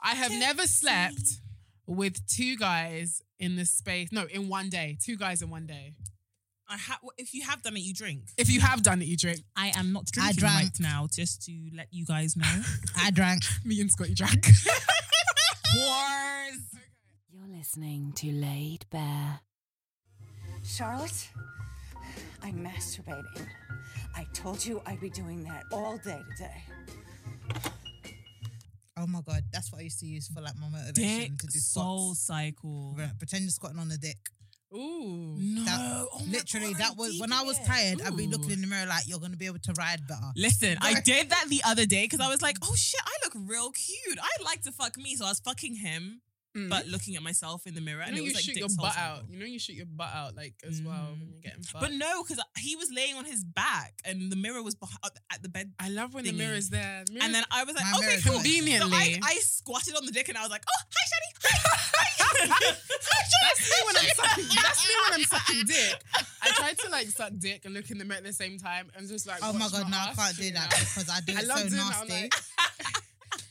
I have never slept with two guys in this space. No, in one day. Two guys in one day. I ha- if you have done it, you drink. If you have done it, you drink. I am not I drinking drank. right now, just to let you guys know. I drank. Me and Scotty drank. Wars. You're listening to Laid Bear. Charlotte, I'm masturbating. I told you I'd be doing that all day today. Oh my god, that's what I used to use for like my motivation Dick to do soul squats. cycle. Right, Pretend you're squatting on the dick. Ooh. No, That, oh my literally, God, that I'm was deep when in I was it. tired. I'd be Ooh. looking in the mirror like you're gonna be able to ride better. Listen, I did that the other day because I was like, oh shit, I look real cute. I'd like to fuck me. So I was fucking him, Mm. but looking at myself in the mirror. you and know it was you like shoot dick your soul butt cycle. out. You know you shoot your butt out like as well when you're getting butt. But no, because he was laying on his back and the mirror was behind, at the bed. I love when the Thingy. mirror's there. The mirror's- And then I was like, My okay, mirror's cool. Conveniently. So I, I squatted on the dick and I was like, oh, hi, Shani. Hi. hi. that's me when I'm sucking. That's me when I'm sucking dick. I tried to like suck dick and look in the mirror at the same time and just like. Oh my watch god, no, I ass can't do shoot that out. because I do I it love so doing that. I'm nasty. like,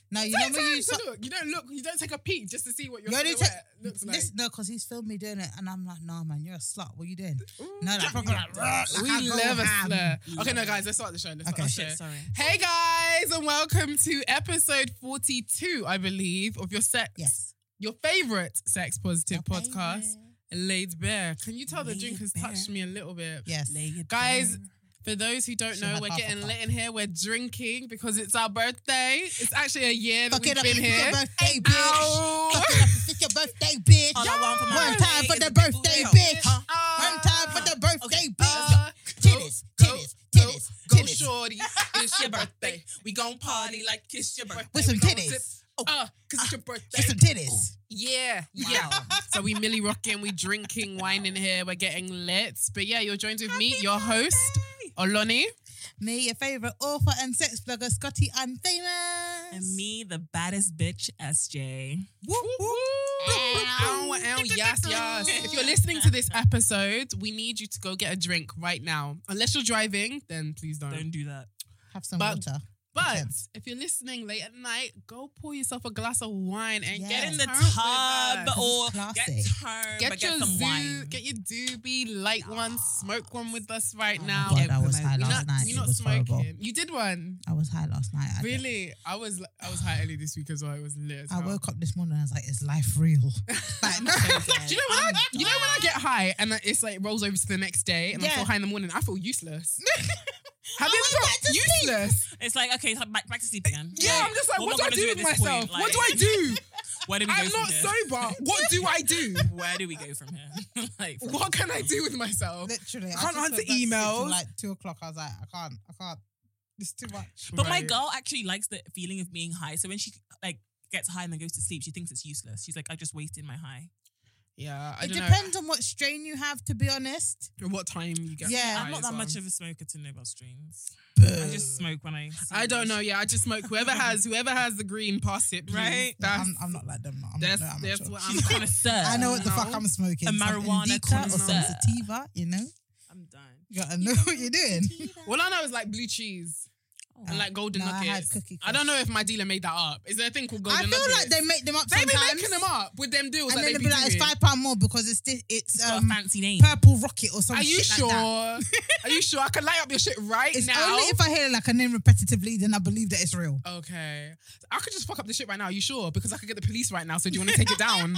no, you take know when time you to so, look. You don't look. You don't take a peek just to see what your you only silhouette take looks like. this, no, because he's filmed me doing it, and I'm like, nah, man, you're a slut. What are you doing? No, like, proper, like, like, I we go love a ham. slur. Okay, no, guys, let's start the show. Let's start Okay. the show. Shit, sorry. Hey guys, and welcome to episode 42, I believe, of your sex, Yes. your favorite sex positive My podcast, Laid Bare. Can you tell the Laid drink has Bare. touched me a little bit? Yes. Lay it Guys, down. for those who don't Mm. She know, had we're half a getting cup. lit in here. We're drinking because it's our birthday. It's actually a year that Fuck we've it up. been It's here. your birthday, bitch. Ow. Fuck it up. It's your birthday, bitch. All I want for my One time birthday for the is a big birthday, booty hole. bitch. Huh? One time for the birthday, bitch. Uh, Titties, Ah. go, titties, go, titties, go, go, titties. shorty. It's your birthday. We gon' party like it's your birthday. With some We gonna titties. sip- Oh, cause it's your birthday. Get some titties. Yeah, yeah. so we milly rocking, we drinking wine in here, we're getting lit. But yeah, you're joined with me, your host, Oloni. Me, your favorite author and sex blogger, Scotty Unfamous. And me, the baddest bitch, SJ. Ow, ow, oh, yes, yes. If you're listening to this episode, we need you to go get a drink right now. Unless you're driving, then please don't. Don't do that. Have some But- water. But Attempt. if you're listening late at night, go pour yourself a glass of wine and Yes. get Get in the turned with tub us. or classic. get turned, Get but your get some zoo, wine. get your doobie, light one, smoke one with us right Oh my now. God, I was high You're last not, night. you're It not was smoking. horrible. You did one. I was high last night. I did. Really? I was I was high early this week as well. It was lit. As I hell. woke up this morning and I was like, is life real? like, no. Do you know when I, you know when I get high and it's like rolls over to the next day and I Yeah. feel high in the morning, I feel useless. Have I went back to you sleep. useless? It's like, okay, so back, back to sleep again. Yeah, I'm just like, what, am do I do gonna with at this point? myself? Like, what do I do? Where do we go I'm from not here? sober. What do I do? Where do we go from here? like, from- What can I do with myself? Literally. Can't just answer went back to sleep till, emails. Like two o'clock. I was like, I can't. I can't. It's too much. But my Right. girl actually likes the feeling of being high. So when she like gets high and then goes to sleep, she thinks it's useless. She's like, I just wasted my high. Yeah, I it don't know depends on what strain you have, to be honest. what time you get. Yeah, high I'm not as that well. Uh, much of a smoker to know about streams. I just smoke when I. see I don't it. know. Yeah, I just smoke. Whoever has whoever has the green, pass it, please. Right. That's, I'm, I'm not like them. I'm that's not, I'm that's sure. what She's a I'm. connoisseur. I know what the No. fuck I'm smoking. A Some marijuana Indica or some connoisseur. sativa, you know? I'm done. You gotta know what you're doing. All I know is like blue cheese and like golden No, Oh, I nuggets. had cookie I don't know if my dealer made that up. Is there a thing called golden I feel nuggets? like they make them up They be sometimes. making them up with them deals. And that then they they'll be be like, it's doing. five pound more because it's this, it's Got um, a fancy name. purple rocket or something. Are you like sure? That. Are you sure? I can light up your shit right It's now. only if I hear like a name repetitively, then I believe that it's real. okay, I could just fuck up the shit right now. Are you sure? Because I could get the police right now. So do you want to take it down?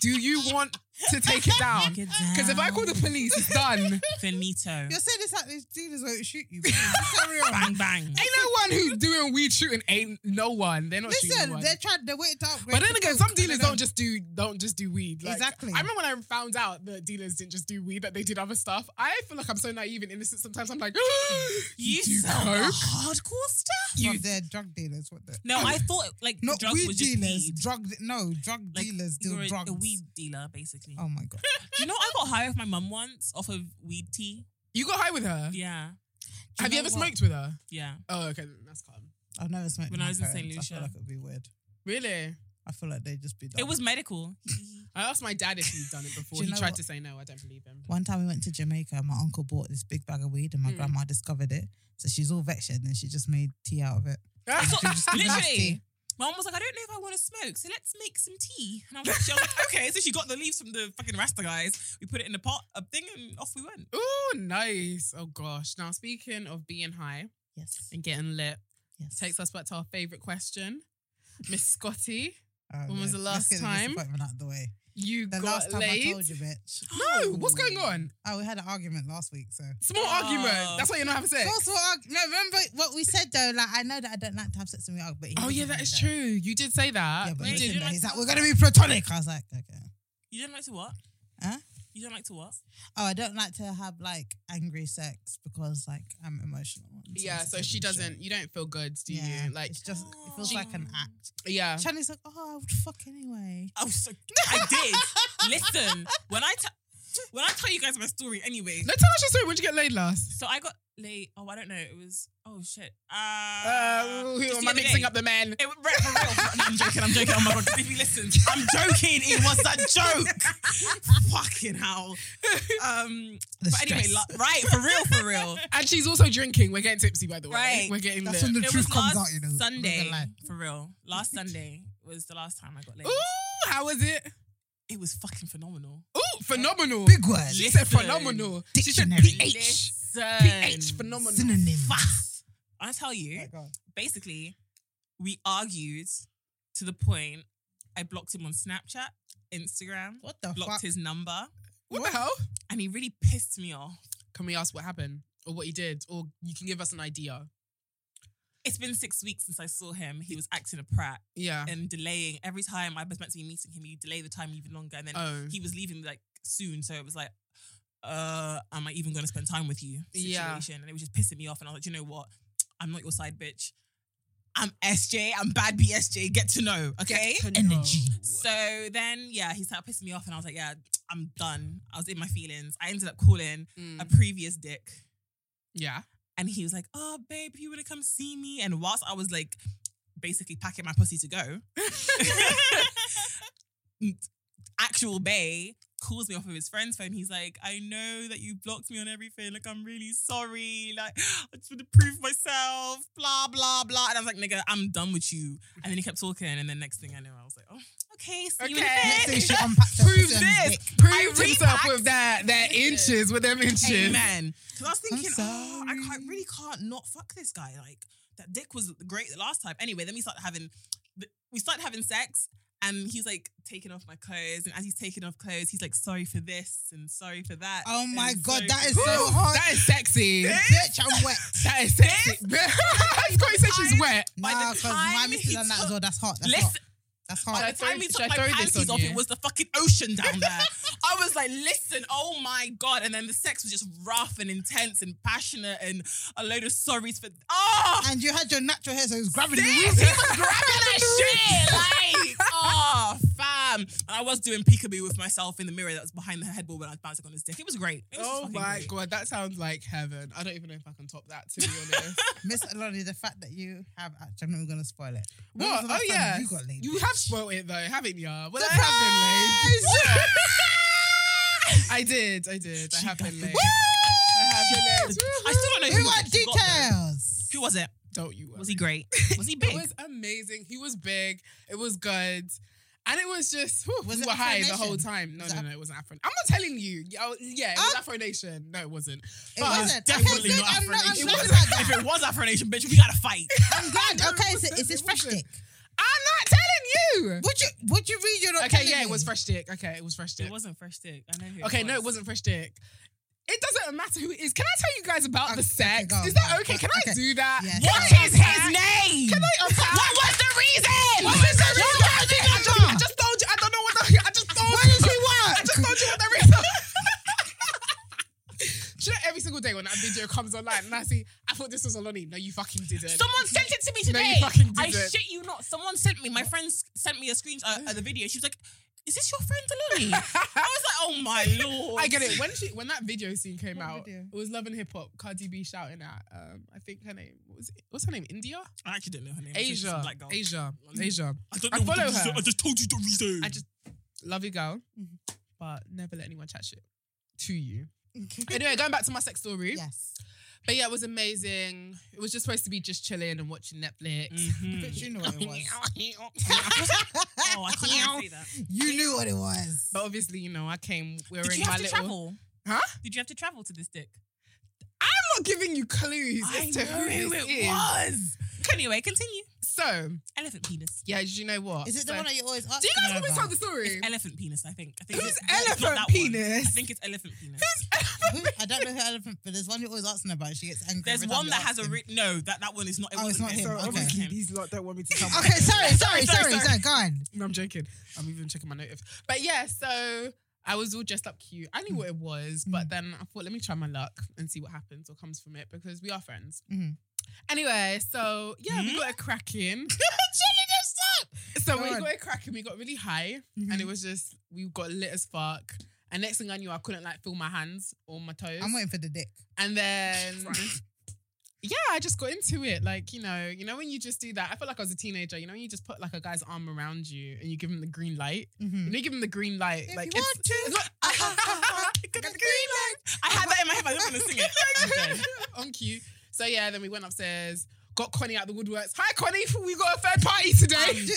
Do you want to take it down. Take it Because if I call the police, it's done. finito, You're saying this like these dealers won't shoot you. bro. It's so real. bang bang. Ain't no one who's doing weed shooting. Ain't no one. They're not shooting. Listen, no one. they're trying. They're waiting to upgrade. But then the again, coke some and dealers they don't just do don't just do weed. Like, Exactly. I remember when I found out that dealers didn't just do weed; that they did other stuff. I feel like I'm so naive and innocent. Sometimes I'm like, you, You do sell the coke? hardcore stuff. But they're drug dealers. What the? No, I thought like Not drugs weed was just dealers. weed. Drug. No, drug Like, dealers deal you're a- drugs. A weed dealer, basically. Oh my god. Do you know I got high with my mum once off of weed tea? You got high with her. Yeah, Do Have you know ever what? smoked with her? yeah. Oh, okay, that's calm. I've never smoked. When with I my was in Saint parents. I Lucia. feel like it'd be weird. Really? I feel like they'd just be. Done. It was medical. I asked my dad if he'd done it before. you he know tried what? to say no. I don't believe him. One time we went to Jamaica and my uncle bought this big bag of weed and my Mm. grandma discovered it. So she's all vexed and then she just made tea out of it. So, She just giving us literally, tea. my mum was like, "I don't know if I want to smoke, so let's make some tea." And I was like, she was like, "Okay." So she got the leaves from the fucking Rasta guys. We put it in the pot, a thing, and off we went. Oh, nice. Oh gosh. Now speaking of being high Yes. and getting lit, Yes. takes us back to our favorite question. Miss Scotty, Oh, When was yeah. the Let's last get time? disappointment out the way. you The got last time laid. I told you, bitch. No, what's going on? Oh, we had an argument last week, so. Small Oh. argument. That's why you're not having sex. Also, arg- no, remember what we said though. Like, I know that I don't like to have sex with me, but he Oh yeah, doesn't that is either. true. You did say that. Yeah, you but he listen, did. didn't. like He's to- like, we're gonna be platonic. I was like, okay. You don't like to what? Huh? You don't like to what? Oh, I don't like to have like angry sex because like I'm emotional. and Yeah, so sensitive she and shit. doesn't. You don't feel good, do Yeah, you? Like, it's just it feels she- like an act. yeah. Shani's like, oh, I would fuck anyway. I was like, I did. Listen, when I t- when I tell you guys my story, anyway. No, tell us your story. When'd you get laid last? So I got late. Oh, I don't know. It was oh shit. Uh, Uh, just who the am I other mixing day. up the man? It, right, for real. No, I'm joking. I'm joking. Oh my god! If he listens, I'm joking. It was a joke. Fucking hell. Um, The but anyway, stress. lo- right? For real, for real. And she's also drinking. We're getting tipsy, by the way. Right. We're getting That's lit. when the it truth was comes last out, you know. I'm not gonna Sunday. lie. For real, last Sunday was the last time I got laid. Ooh, how was it? It was fucking phenomenal. Ooh, phenomenal. Big word. She said Listen. phenomenal. She said Dictionary. PH. Listen. PH, phenomenal. Synonym. I tell you, Like, oh, basically, we argued to the point I blocked him on Snapchat, Instagram, What the blocked fuck? his number, What the hell? and he really pissed me off. Can we ask what happened or what he did? Or you can give us an idea. It's been six weeks since I saw him. He was acting a prat Yeah. Uh. and delaying every time I was meant to be meeting him. You delay the time even longer, and then Oh. he was leaving like soon, so it was like, uh, am I even going to spend time with you? Situation, Yeah. and it was just pissing me off. And I was like, "Do you know what? I'm not your side bitch. I'm SJ. I'm bad BSJ. Get to know, okay? Energy. So then, yeah, he started pissing me off, and I was like, yeah, I'm done. I was in my feelings. I ended up calling Mm. a previous dick, Yeah. and he was like, oh, babe, you want to come see me? And whilst I was like, basically packing my pussy to go, actual Bay calls me off of his friend's phone. He's like, I know that you blocked me on everything. Like, I'm really sorry. Like, I just want to prove myself, blah, blah, blah. And I was like, nigga, I'm done with you. And then he kept talking, and then next thing I know, I was like, oh, okay, see you in a Okay. bit." Next day she unpacked her Prove pussy and this. his dick. Proved I himself repacked- with that, that inches, with them inches. Amen. Because I was thinking, oh, I sorry. can't, really can't not fuck this guy. Like that dick was great the last time. Anyway, then we started having, th- we started having sex, and he's like taking off my clothes, and as he's taking off clothes, he's like sorry for this and sorry for that. Oh and my god, sorry that for is so this." hot. That is sexy. Bitch, I'm wet. That is sexy. Scotty said she's I'm- wet. Nah, because my time missus he and that as took- well. That's hot. That's hot. Listen, That's by hot. the Should I time throw- he took should I my throw this panties on off, you? it was the fucking ocean down there. I was like, listen, oh my god! And then the sex was just rough and intense and passionate and a load of sorries for oh. And you had your natural hair, so it was grabbing Sis, the he roof. was grabbing that shit. Like, oh, fam. And I was doing peekaboo with myself in the mirror that was behind the headboard when I was bouncing on his dick. It was great. It was Oh fucking my great. god, that sounds like heaven. I don't even know if I can top that to be honest. Miss Aloni, the fact that you have actually, I'm not even gonna spoil it. When was what? the Oh last time yeah, you got laid. have spoiled it though, haven't you? Well, I Surprise! have been laid. I did, I did. I She have got been the- laid. I have been laid. I still don't know Who who, want actually got them. details? Who was it? Don't you? Worry. Was he great? Was he It big? was amazing. He was big. It was good. And it was just whew, Was we it were Afro high the Nation? whole time. No, Was it no, Af- no, it wasn't Afro. I'm not telling you. Oh, yeah, it was Oh. Afro Nation. No, it wasn't. It But- wasn't. Definitely okay, not so I'm Afro not. I'm Nation. glad It about that. if it was Afro Nation, bitch, we gotta fight. I'm glad. No, it Okay, so wasn't. is this It fresh wasn't. stick? I'm not telling you. you? Would you would you read your Okay, yeah, it was fresh dick. Okay, it was fresh dick. It wasn't fresh dick. I know who. okay, it was. no, it wasn't fresh dick. It doesn't matter who it is. Can I tell you guys about Okay, the sex? go on, Is that go on. okay? Can I Okay. do that? Yes. Can What I is his unpack? name? Can I unpack? What was the reason? What was the Your reason? girl did I just, I just told you. I don't know what the. I just told you. he work? I just told you what the reason. Do you know every single day when that video comes online and I see, I thought this was Aloni. No, you fucking didn't. Someone sent it to me No, you today. fucking I didn't. shit you not. Someone sent me. My friend s- sent me a screenshot of the video. She was like, "Is this your friend Deloni?" I was like, "Oh my lord!" I get it. When she when that video scene came What out, video? it was Love and Hip Hop. Cardi B shouting at um, I think her name what was it, what's her name? India, I actually don't know her name. It's just Asia, black girl. Asia, Asia. I don't I know. what the follow reason- her. I just told you the reason. I just love you, girl, Mm-hmm. but never let anyone chat shit to you. anyway, going back to my sex story, Yes. but yeah, it was amazing. It was just supposed to be just chilling and watching Netflix. But you knew what it was. Oh, I can't even say that. You knew what it was. But obviously, you know, I came wearing Did you my have to little. travel? Huh? Did you have to travel to this dick? I'm not giving you clues I as to know who it it is. was. Anyway, continue. So Elephant penis. yeah, do you know what? Is it the So- one that you always ask Do you guys me want me to about? tell the story? Elephant penis. I think. I think Who's it's- elephant it's not that one. penis? I think it's elephant penis. Who- I don't know who elephant, but there's one you're always asking about. She gets angry. There's every time one you that ask has a him. re- no. That that one is not. It Oh, it's wasn't not him. him. It Okay. wasn't him. these lot don't want me to tell. Okay, sorry, sorry, Sorry, sorry, sorry. sorry. Go on. No, I'm joking. I'm even checking my notes. But yeah, so I was all dressed up cute. I knew Mm. what it was, but then I thought, let me try my luck and see what happens or comes from it because we are friends. Mhm. Anyway, so yeah, Mm-hmm. we got a cracking. So we Go on. Mm-hmm. got a cracking. We got really high, and it was just we got lit as fuck. And next thing I knew, I couldn't like feel my hands or my toes. I'm waiting for the dick. And then Yeah, I just got into it. Like, you know, you know when you just do that. I felt like I was a teenager, you know, when you just put like a guy's arm around you and you give him the green light. You Mhm. know, you give him the green light. If like you it's- want to, it's not- I had that in my head. but I didn't want to sing it. Okay. on cue. So yeah, then we went upstairs, got Connie out the woodworks. Hi Connie, we got a third party today. Um, Ju-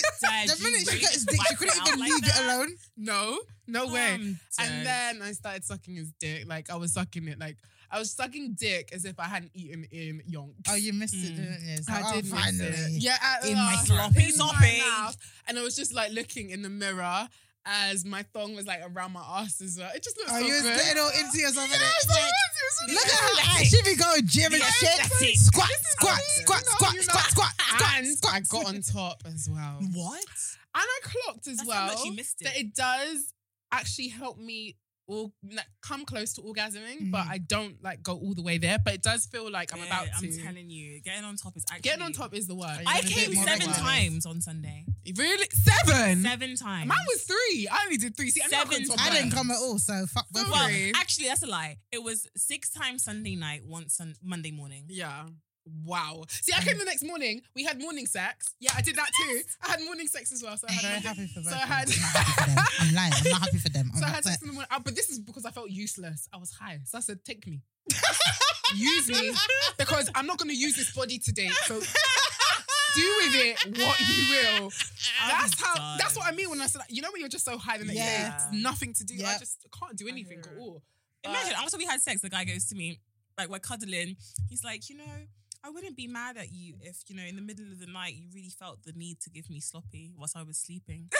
Dad, the you minute she really got his dick, she whack couldn't it even out like leave it that. alone. No, no way. Um, And then I started sucking his dick. Like I was sucking it. Like I was sucking dick as if I hadn't eaten in yonk. Oh, you missed Mm. it, didn't you? It's I like, oh, did miss finally. it. Yeah, I- In my ugh, sloppy in my soppy. mouth. And I was just like looking in the mirror as my thong was like around my ass as well. It just looked Oh, so you was good. getting all into yourself. Yeah, innit? it's like- it's really Look at good. her. That's like, it. She be going gym and Yeah, shit. that's it. Squat, This is squat, amazing. squat, No, squat, you're squat, not. squat, squat, And squat. I got on top as well. And What? I clocked as That's well how Oh. much you missed it. that it does actually help me or like, come close to orgasming, but I don't like go all the way there. But it does feel like I'm Mm. Yeah, about I'm to. telling you, getting on top is actually Getting on top is the word. I a bit came more seven regular. times on Sunday. Really? Seven? Seven times. Mine was three. I only did three. See, I knew Seven couldn't top I that. didn't come at all, so fuck both of Well, you. three. actually, that's a lie. It was six times Sunday night, once on Monday morning. Yeah. Wow. See, I came the next morning. We had morning sex. Yeah, I did that too. I had morning sex as well. So I I'm had. very morning- happy for both So I of had- them. I'm not happy for them. I'm lying. I'm not happy for them. I'm So I had upset. sex in the morning. Ah, but this is because I felt useless. I was high. So I said, take me. use me. Because I'm not going to use this body today. So do with it what you will. I'm That's how. done. That's what I mean when I said, you know, when you're just so high the next Yeah. day, it's nothing to do. I Yep. just can't do anything at all. Imagine after we had sex, the guy goes to me, like we're cuddling. He's like, you know, I wouldn't be mad at you if, you know, in the middle of the night you really felt the need to give me sloppy whilst I was sleeping.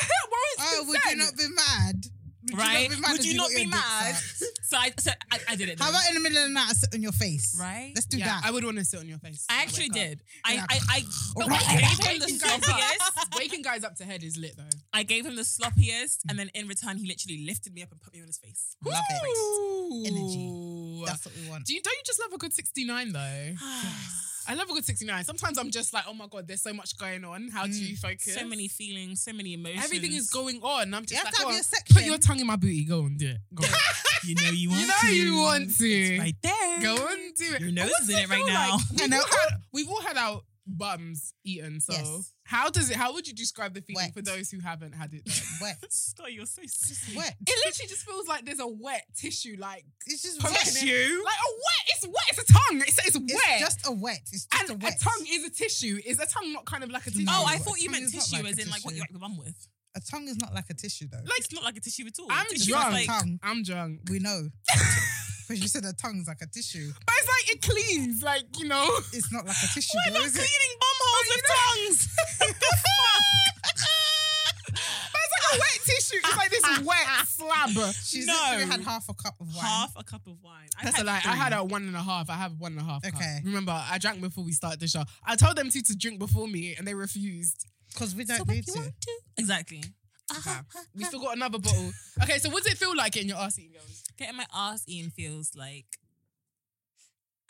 Oh, would you not be mad? Would you not right? be mad Would if you you not got be your dick mad? So I so I, I did it. How then. about in the middle of the night, I sit on your face? Right? Let's do yeah, that. I would want to sit on your face. when I actually wake up. did. I Yeah. I I, but Right. I gave him the Waking guys, sloppiest. up, waking guys up to head is lit though. I gave him the sloppiest, and then in return he literally lifted me up and put me on his face. Love it. Ooh. Energy. That's what we want. Do you don't you just love a good 69 though? Ah, I love a good 69. Sometimes I'm just like, oh my god, there's so much going on. How do you focus? So many feelings, so many emotions. Everything is going on. I'm just You have like, to have go on, your put section. your tongue in my booty. Go on, do it. Go on. You know you want you know to. you want to. It's right there. Go on, do it. Your nose What's is in it right feel now. like? I We've, know. all had, we've all had our bums eaten. So Yes. how does it? How would you describe the feeling Wet. for those who haven't had it? done? Wet. Sky, you're so sissy. Wet. it literally just feels like there's a wet tissue, like It's just poking wet. in. Like a wet. It's wet. It's a tongue. It's, it's It's wet. just a wet. It's and just a wet. tongue is a tissue. Is a tongue not kind of like a tissue? Oh, I No, thought you tongue meant is not tissue, like as a in like what tissue. you wipe your bum with. A tongue is not like a tissue though. Like it's not like a tissue at all. I'm Tissue is drunk. Like, tongue. I'm drunk. We know. Because you said a tongue's like a tissue. But it's like it cleans, like you know. It's not like a tissue. We're though, not is cleaning it? bum holes with tongues. What the fuck? one wet slab. She's No. literally had half a cup of wine. half a cup of wine. I That's a had lie. I three. had a one and a half. I have one and a half. cup. Okay. Remember, I drank before we started the show. I told them two to drink before me, and they refused. Because we don't So need if you to. Uh-huh, want to. Exactly. Nah. we still got another bottle. Okay, so what does it feel like getting your ass eaten, girls? Getting my ass eaten feels like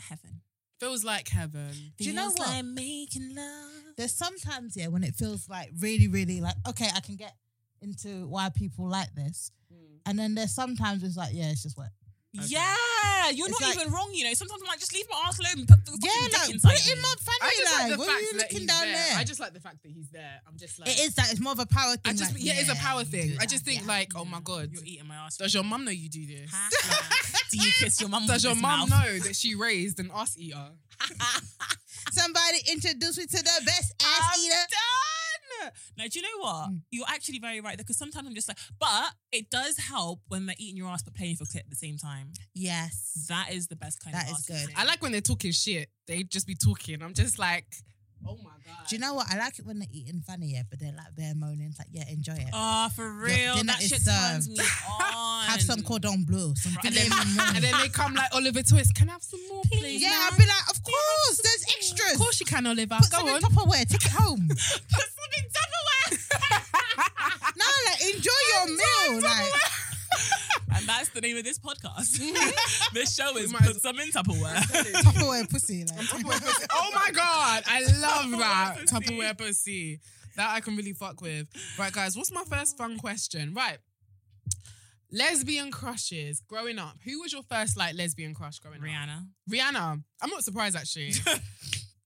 heaven. Feels like heaven. Do you know Feels what? Like making love. There's sometimes, yeah, when it feels like really, really like, okay, I can get into why people like this. Hmm. And then there's sometimes it's like, yeah, it's just wet. Yeah, you're It's not like- even wrong. You know, sometimes I'm like, just leave my ass alone. And put the Yeah, fucking dick like, inside put it in me. my I just family like the life. what are fact you that looking he's down there. there? I just like the fact that he's there. I'm just like, it is that. It's more of a power thing. I just, like, yeah, it's a power you thing. do I that, just think yeah. like, oh my god, Mm. You're eating my ass. does your mum know you do this? do you kiss your mum? Does with your this mum mouth? know that she raised an ass eater? Somebody introduce me to the best ass I'm eater. Hmm. done. No, do you know what? You're actually very right there because sometimes I'm just like, but it does help when they're eating your ass but playing for clip at the same time. Yes. That is the best kind That is of ass good. eating. I like when they're talking shit. They just be talking. I'm just like, oh my god. Do you know what? I like it when they're eating funny, yeah, but they're like bare moaning. It's like, yeah, enjoy it. Oh, for real. dinner That is shit turns served. me on. Have some cordon bleu. Some And filet then- mignon. and then they come like Oliver Twist. Can I have some more, please? yeah, I'd be like, of course, there's extras. Of course you can, Oliver. Put some Go in on. Tupperware. Take it home. Put some in Tupperware. no, like enjoy your meal. Like, and that's the name of this podcast. this show is We might as- Put Some in Tupperware. Tupperware pussy. Like, oh my god, I love that Tupperware Tupperware pussy. That I can really fuck with. Right, guys, what's my first fun question? Right, lesbian crushes. Growing up, who was your first like lesbian crush growing up? Rihanna. Rihanna. I'm not surprised actually.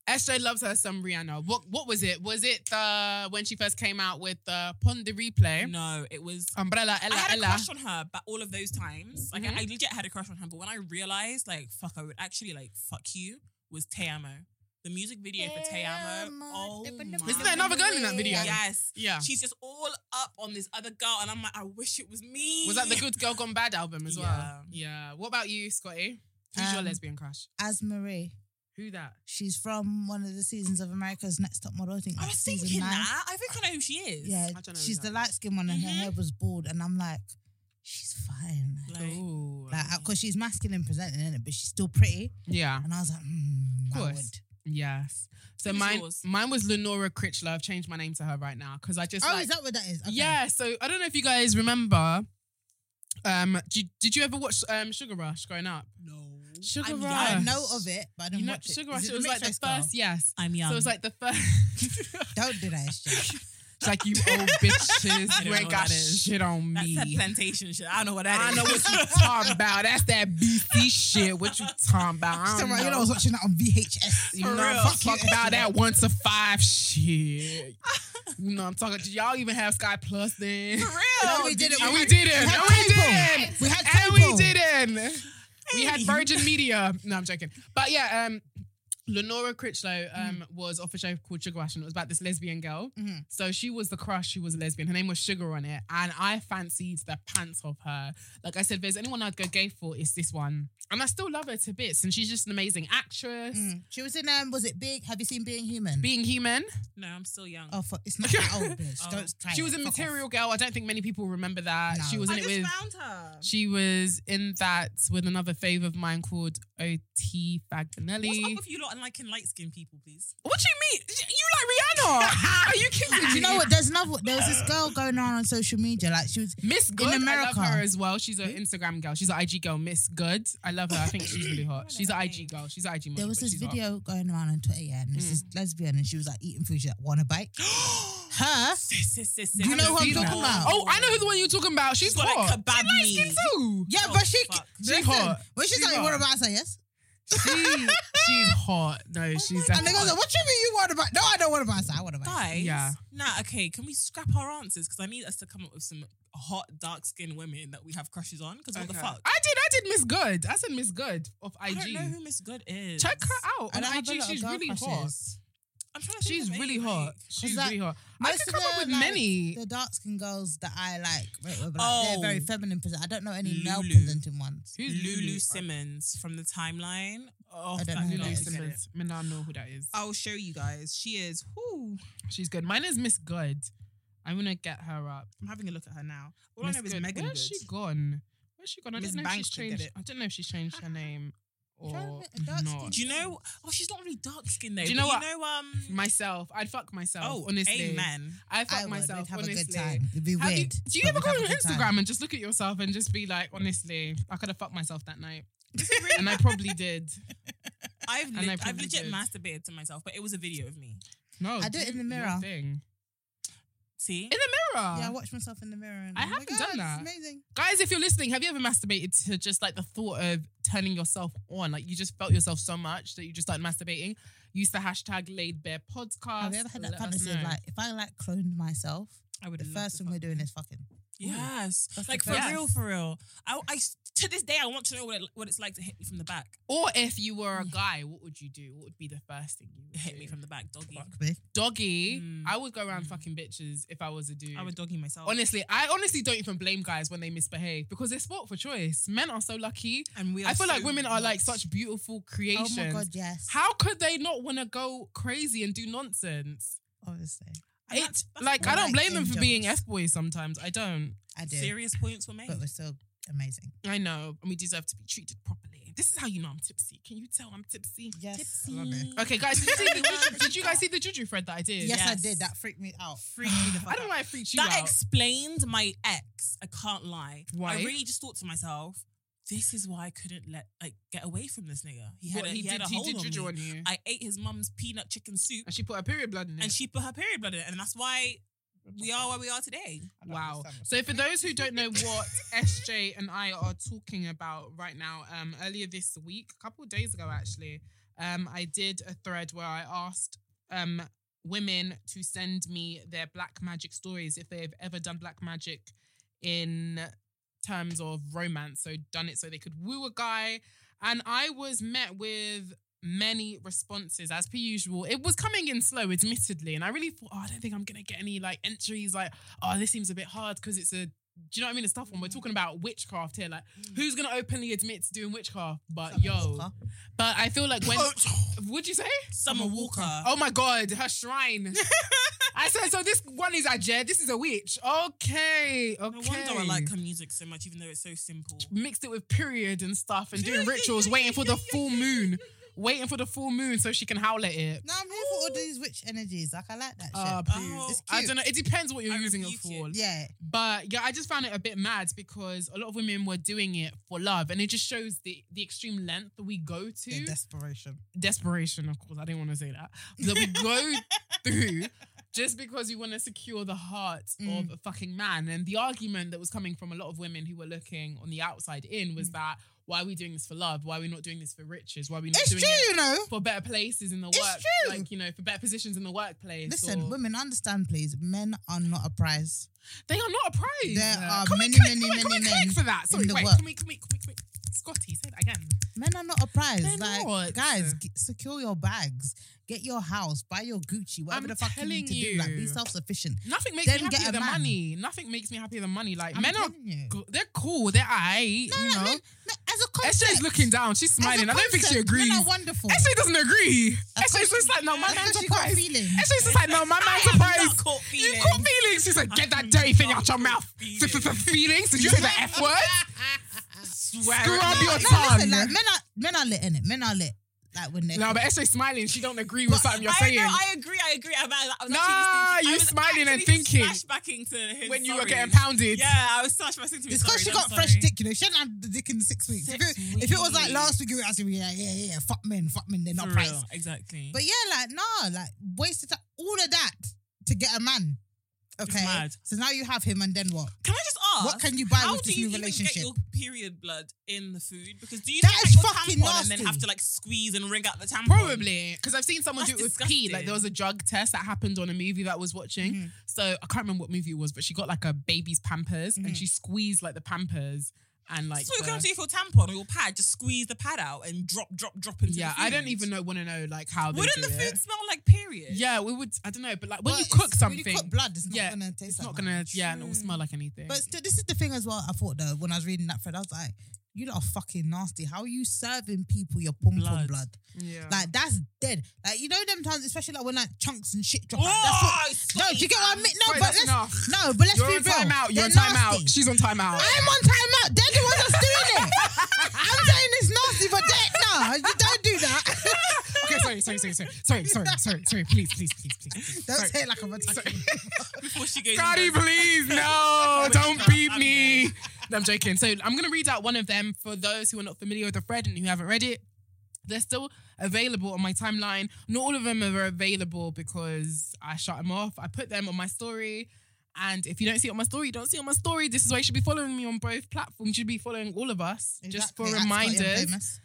SJ loves her some Rihanna. What what was it? Was it the when she first came out with the Pond the replay? No, it was Umbrella Ella I had Ella. a crush on her, but all of those times, like Mhm. Mm-hmm. I, I legit had a crush on her. But when I realized, like, fuck, I would actually like fuck you was Te Amo. The music video for Te Amo. Oh, my. Isn't there another girl in that video? Yes. Yeah. She's just all up on this other girl, and I'm like, I wish it was me. Was that the Good Girl Gone Bad album as Yeah. well? Yeah. What about you, Scotty? Who's your Um, lesbian crush? As Marie, Who that? she's from one of the seasons of America's Next Top Model. I think I like was season thinking nine. that. I think I know who she is. Yeah, I don't know she's who that Mm-hmm. the light skinned one, and Mhm. her hair was bald. And I'm like, she's fine. Like, Like, Ooh. like, uh, cause she's masculine presenting in it, but she's still pretty. yeah. And I was like, mm, Of I course. would. Yes. So Who's mine, yours? mine was Lenora Critchlow. I've changed my name to her right now because I just. Oh, like- is that what that is? Okay. Yeah. So I don't know if you guys remember. Um, did, did you ever watch um Sugar Rush growing up? No. Sugar I'm Rush. I young. know of it, but I don't You know, watch it. Sugar Is Rush. It, the was like the mixed first. race girl? Yes. I'm young. So it was like the first. Don't do that shit. It's like you old bitches, don't you know ain't what got that is. shit on That's me. that plantation shit. I don't know what that is. I know what you talking about. That's that BC shit. What you talking about? I Sorry, don't know. you know, I was watching that on VHS. You know I'm talking about that one to five shit. You know I'm talking. Did y'all even have Sky Plus then? For real. we did it. And we had- didn't. we And had we cable. didn't. We had And we cable. didn't. We had Virgin Media. No, I'm joking. But yeah, um, Lenora Critchlow Mm. um, was off a show called Sugar Rush, and it was about this lesbian girl. Mm-hmm. Mhm. So she was the crush. She was a lesbian. Her name was Sugar on it, and I fancied the pants of her. Like I said, if there's anyone I'd go gay for, it's this one. And I still love her to bits, and she's just an amazing actress. Mm. She was in um, was it Big? Have you seen Being Human? Being human, No, I'm still young. oh, fuck, it's not that old, bitch. Oh. Don't try. she it. was a Fuck off. material girl. I don't think many people remember that. No. She was in I it just with found her. She was in that with another fave of mine called OT What's up Fagnelli. with you lot and liking light skinned people, please? What do you mean? You like Rihanna? Are you kidding Do you know what? There's another. There was this girl going around on social media. Like she was. Miss Good, America. I love her as well. She's Hmm? an Instagram girl. She's an IG girl. Miss Good, I love her. I think she's really hot. She's an IG girl. She's an IG model. There was but this she's hot. Mm. video going around on Twitter, yeah, and this is lesbian, and she was like eating food. She's like, want a bite? Her? Do you know who I'm Seen that. talking about? Oh, I know who the one you're talking about. She's, She's got hot. a kebab She's light-skinned knee. too. Yeah, Oh, but she. fuck. She listen, hot. When she's She like, you hot. want a bite? I was like, yes. She, she's hot. Oh No, she's And the definitely. girl's like, what you mean you want a bite? No, I don't want a bite. I, said, I want a bite. Guys, Yeah. nah, okay, can we scrap our answers? Because I need us to come up with some hot, dark skinned women that we have crushes on. Because what the Okay. fuck? I did. I did Miss Good. I said Miss Good of I IG. don't know who Miss Good is. Check her out I on don't have a IG. lot of She's girl really hot. crushes. I'm trying to think She's of really any, hot. like- She's that- really hot. I Most could of come up the, with like, many. The dark skinned girls that I like, right, were like Oh. they're very feminine present. I don't know any male Lulu. presenting ones. Who's Lulu Simmons from the timeline. I Oh, Oh. don't that know who girl that Lulu is is. good. Simmons. I mean, I know who that is. I'll show you guys. She is who? She's good. Mine is Miss Good. I'm gonna get her up. I'm having a look at her now. All Miss I know is Good. Megan. Where's Good. she gone? Where's she gone? I Miss don't know if Banks she's should get changed. it. I don't know if she's changed her name to or admit, dark skin. not. Do you know? Oh, she's not really dark skinned though. Do you know but what? You know, um, Myself, I'd fuck myself. oh, honestly, amen. I fuck I would. myself. We'd have honestly. a good time. It'd be How do you, weird. do you but ever we'd go have on a good Instagram time. and just look at yourself and just be like, honestly, I could have fucked myself that night, and I probably did. I've And leg- I I've probably legit did. masturbated to myself, but it was a video of me. No, I do it in the mirror. your Thing. See, In the mirror, Yeah, I watch myself in the mirror. And I oh my haven't God, done that. Oh, It's amazing. guys. If you're listening, have you ever masturbated to just like the thought of turning yourself on? Like you just felt yourself so much that you just started masturbating. Use the hashtag laid bare podcast. Have you ever had Let that us fantasy of know. like, if I like cloned myself, I would. the first thing we're doing is fucking. Yes, That's like the for first- real, for real. I, I s- to this day I want to know what it, what it's like to hit me from the back. Or if you were a guy, what would you do? What would be the first thing you would Hit me do? from the back, doggy. Fuck me. doggy? Mm. I would go around Mm. fucking bitches if I was a dude. I would doggy myself. Honestly, I honestly don't even blame guys when they misbehave because it's sport for choice. Men are so lucky. and we. Are I feel like so women are like not. such beautiful Oh creations. my God, yes. How could they not want to go crazy and do nonsense? Obviously. And It that's- that's like why I don't like blame them for being angels. f boys sometimes. I don't. I do. Serious points were made. But we're still amazing. I know, and we deserve to be treated properly. This is how you know I'm tipsy. Can you tell I'm tipsy? Yes. Tipsy. I love it. Okay, guys. Did you, see the juju- did you guys see the juju thread that I did? Yes, I Yes. did. That freaked me out. Freaked me the fuck I don't out. know why I freaked you that out. explained my ex. I can't lie. Why? I really just thought to myself, this is why I couldn't let like get away from this nigga. He had What, a, he, had a he hold did on juju me. on you, I ate his mum's peanut chicken soup, and she put her period blood in it. and she put her period blood in it, and that's why we are where we are today. I don't Wow. understand what's So for those who don't know what SJ and I are talking about right now, um, earlier this week, a couple of days ago actually, um, I did a thread where I asked um women to send me their black magic stories if they've ever done black magic in terms of romance. So done it so they could woo a guy. And I was met with many responses as per usual. It was coming in slow, admittedly. And I really thought, oh, I don't think I'm gonna get any like entries like, oh, this seems a bit hard because it's a do you know what I mean? It's tough one. Mm. We're talking about witchcraft here. Like, who's gonna openly admit to doing witchcraft? But yo, Walker. but I feel like when would you say Summer Walker. Oh my god, her shrine. I said, so this one is a Jed, this is a witch. Okay, okay. No wonder I like her music so much, even though it's so simple. mixed it with period and stuff and doing rituals, waiting for the full moon, waiting for the full moon so she can howl at it. No, I'm here for all these witch energies. Like I like that Uh, shit. Oh, It's I cute. don't know. It depends what you're I using it rebuke for. it. Yeah. But yeah, I just found it a bit mad because a lot of women were doing it for love, and it just shows the the extreme length that we go to. The desperation. Desperation, of course. I didn't want to say that. That we go through just because we want to secure the heart Mm. of a fucking man. And the argument that was coming from a lot of women who were looking on the outside in Mm. was that why are we doing this for love? Why are we not doing this for riches? Why are we not It's true, doing it you know. for better places in the It's work? true. Like, you know, for better positions in the workplace. Listen, or- women, understand, please. Men are not a prize. They are not a prize. There are can many, we click, many, can we, can many we click men for that. in Sorry, the wait. work. Can we, can we, can we, can we? Scotty, say that again. Men are not a prize. They're like, not. guys, g- secure your bags, get your house, buy your Gucci, whatever I'm the fuck you need to telling do. Like, be you. self sufficient. Nothing makes Then me get happier a than man. money. Nothing makes me happier than money. Like I'm men are, telling you. go- they're cool. They're alright. No, you no, know. no, no, as a concept. SJ's looking down. She's as a smiling. I don't think she concept, agrees. Men are wonderful. SJ doesn't agree. SJ's course just like, no, my Because man's a she got prize. feeling. SJ's just like, no, my I man's have a prize. not caught feelings. You caught feelings. She's like, get that dirty thing out your mouth. Feelings? Did you say the F word? Swear Screw it. up your No, listen, like, tongue. men are men are lit in it. Men are lit. Like when they're No, but SJ's smiling. She don't agree with something you're I saying. know, I agree, I agree. I was, I was Nah, actually just thinking, I you was smiling and actually thinking. Flashbacking to his when you were sorry. getting pounded. Yeah, I was flashbacking to his It's because she sorries, got I'm fresh sorry. dick, you know. She hadn't had the dick in six weeks. Six if, it, if it was like weeks. last week, you would ask me, yeah, yeah, yeah, fuck men, fuck men, they're not For priced. real, Exactly. But yeah, like, nah, like, wasted time, all of that to get a man. Okay. mad. So now you have him, and then what? Can I just ask? What can you buy how with do this you new even relationship? get your period blood in the food? Because do you That get, is like, your fucking tampon and nasty. then have to like squeeze and wring out the tampon? Probably because I've seen someone That's do it with pee. Like disgusting. there was a drug test that happened on a movie that I was watching. So I can't remember what movie it was, but she got like a baby's Pampers and she squeezed like the Pampers and like. That's what you're gonna the- do for your tampon or your pad. Just squeeze the pad out and drop, drop, drop into. yeah, the food. I don't even know. Want to know like how they Wouldn't do it. the food smell like period? Yeah, we would. I don't know, but like when Well, you it's- cook something, When you cook blood, it's not yeah, gonna it's taste like not that. gonna. Yeah, and it will smell like anything. But still, this is the thing as well. I thought though when I was reading that thread, I was like, you lot are fucking nasty. How are you serving people your pom pom Blood. blood? Yeah. Like that's dead. Like you know them times, especially like when like chunks and shit drop. out. That's what, Oh, no, do you get what I mean? No, Sorry, but that's let's enough. no, but let's You're be on real. timeout. You're They're on nasty. timeout. She's on timeout. I'm on timeout. They're the ones that's doing it. I'm saying it's nasty, but they no, you don't do that. Okay, sorry, sorry, sorry, sorry, sorry, sorry, sorry, sorry. Please, please, please, please. please. Don't Sorry. say it like I'm attacking. Before she goes, Cardi, in there. please, no, don't I'm beat dead. me. No, I'm joking. So I'm gonna read out one of them for those who are not familiar with the thread and who haven't read it. They're still available on my timeline. Not all of them are available because I shut them off. I put them on my story. And if you don't see it on my story, you don't see it on my story. This is why you should be following me on both platforms. You should be following all of us. Just for Exactly. That's what you're reminders. famous.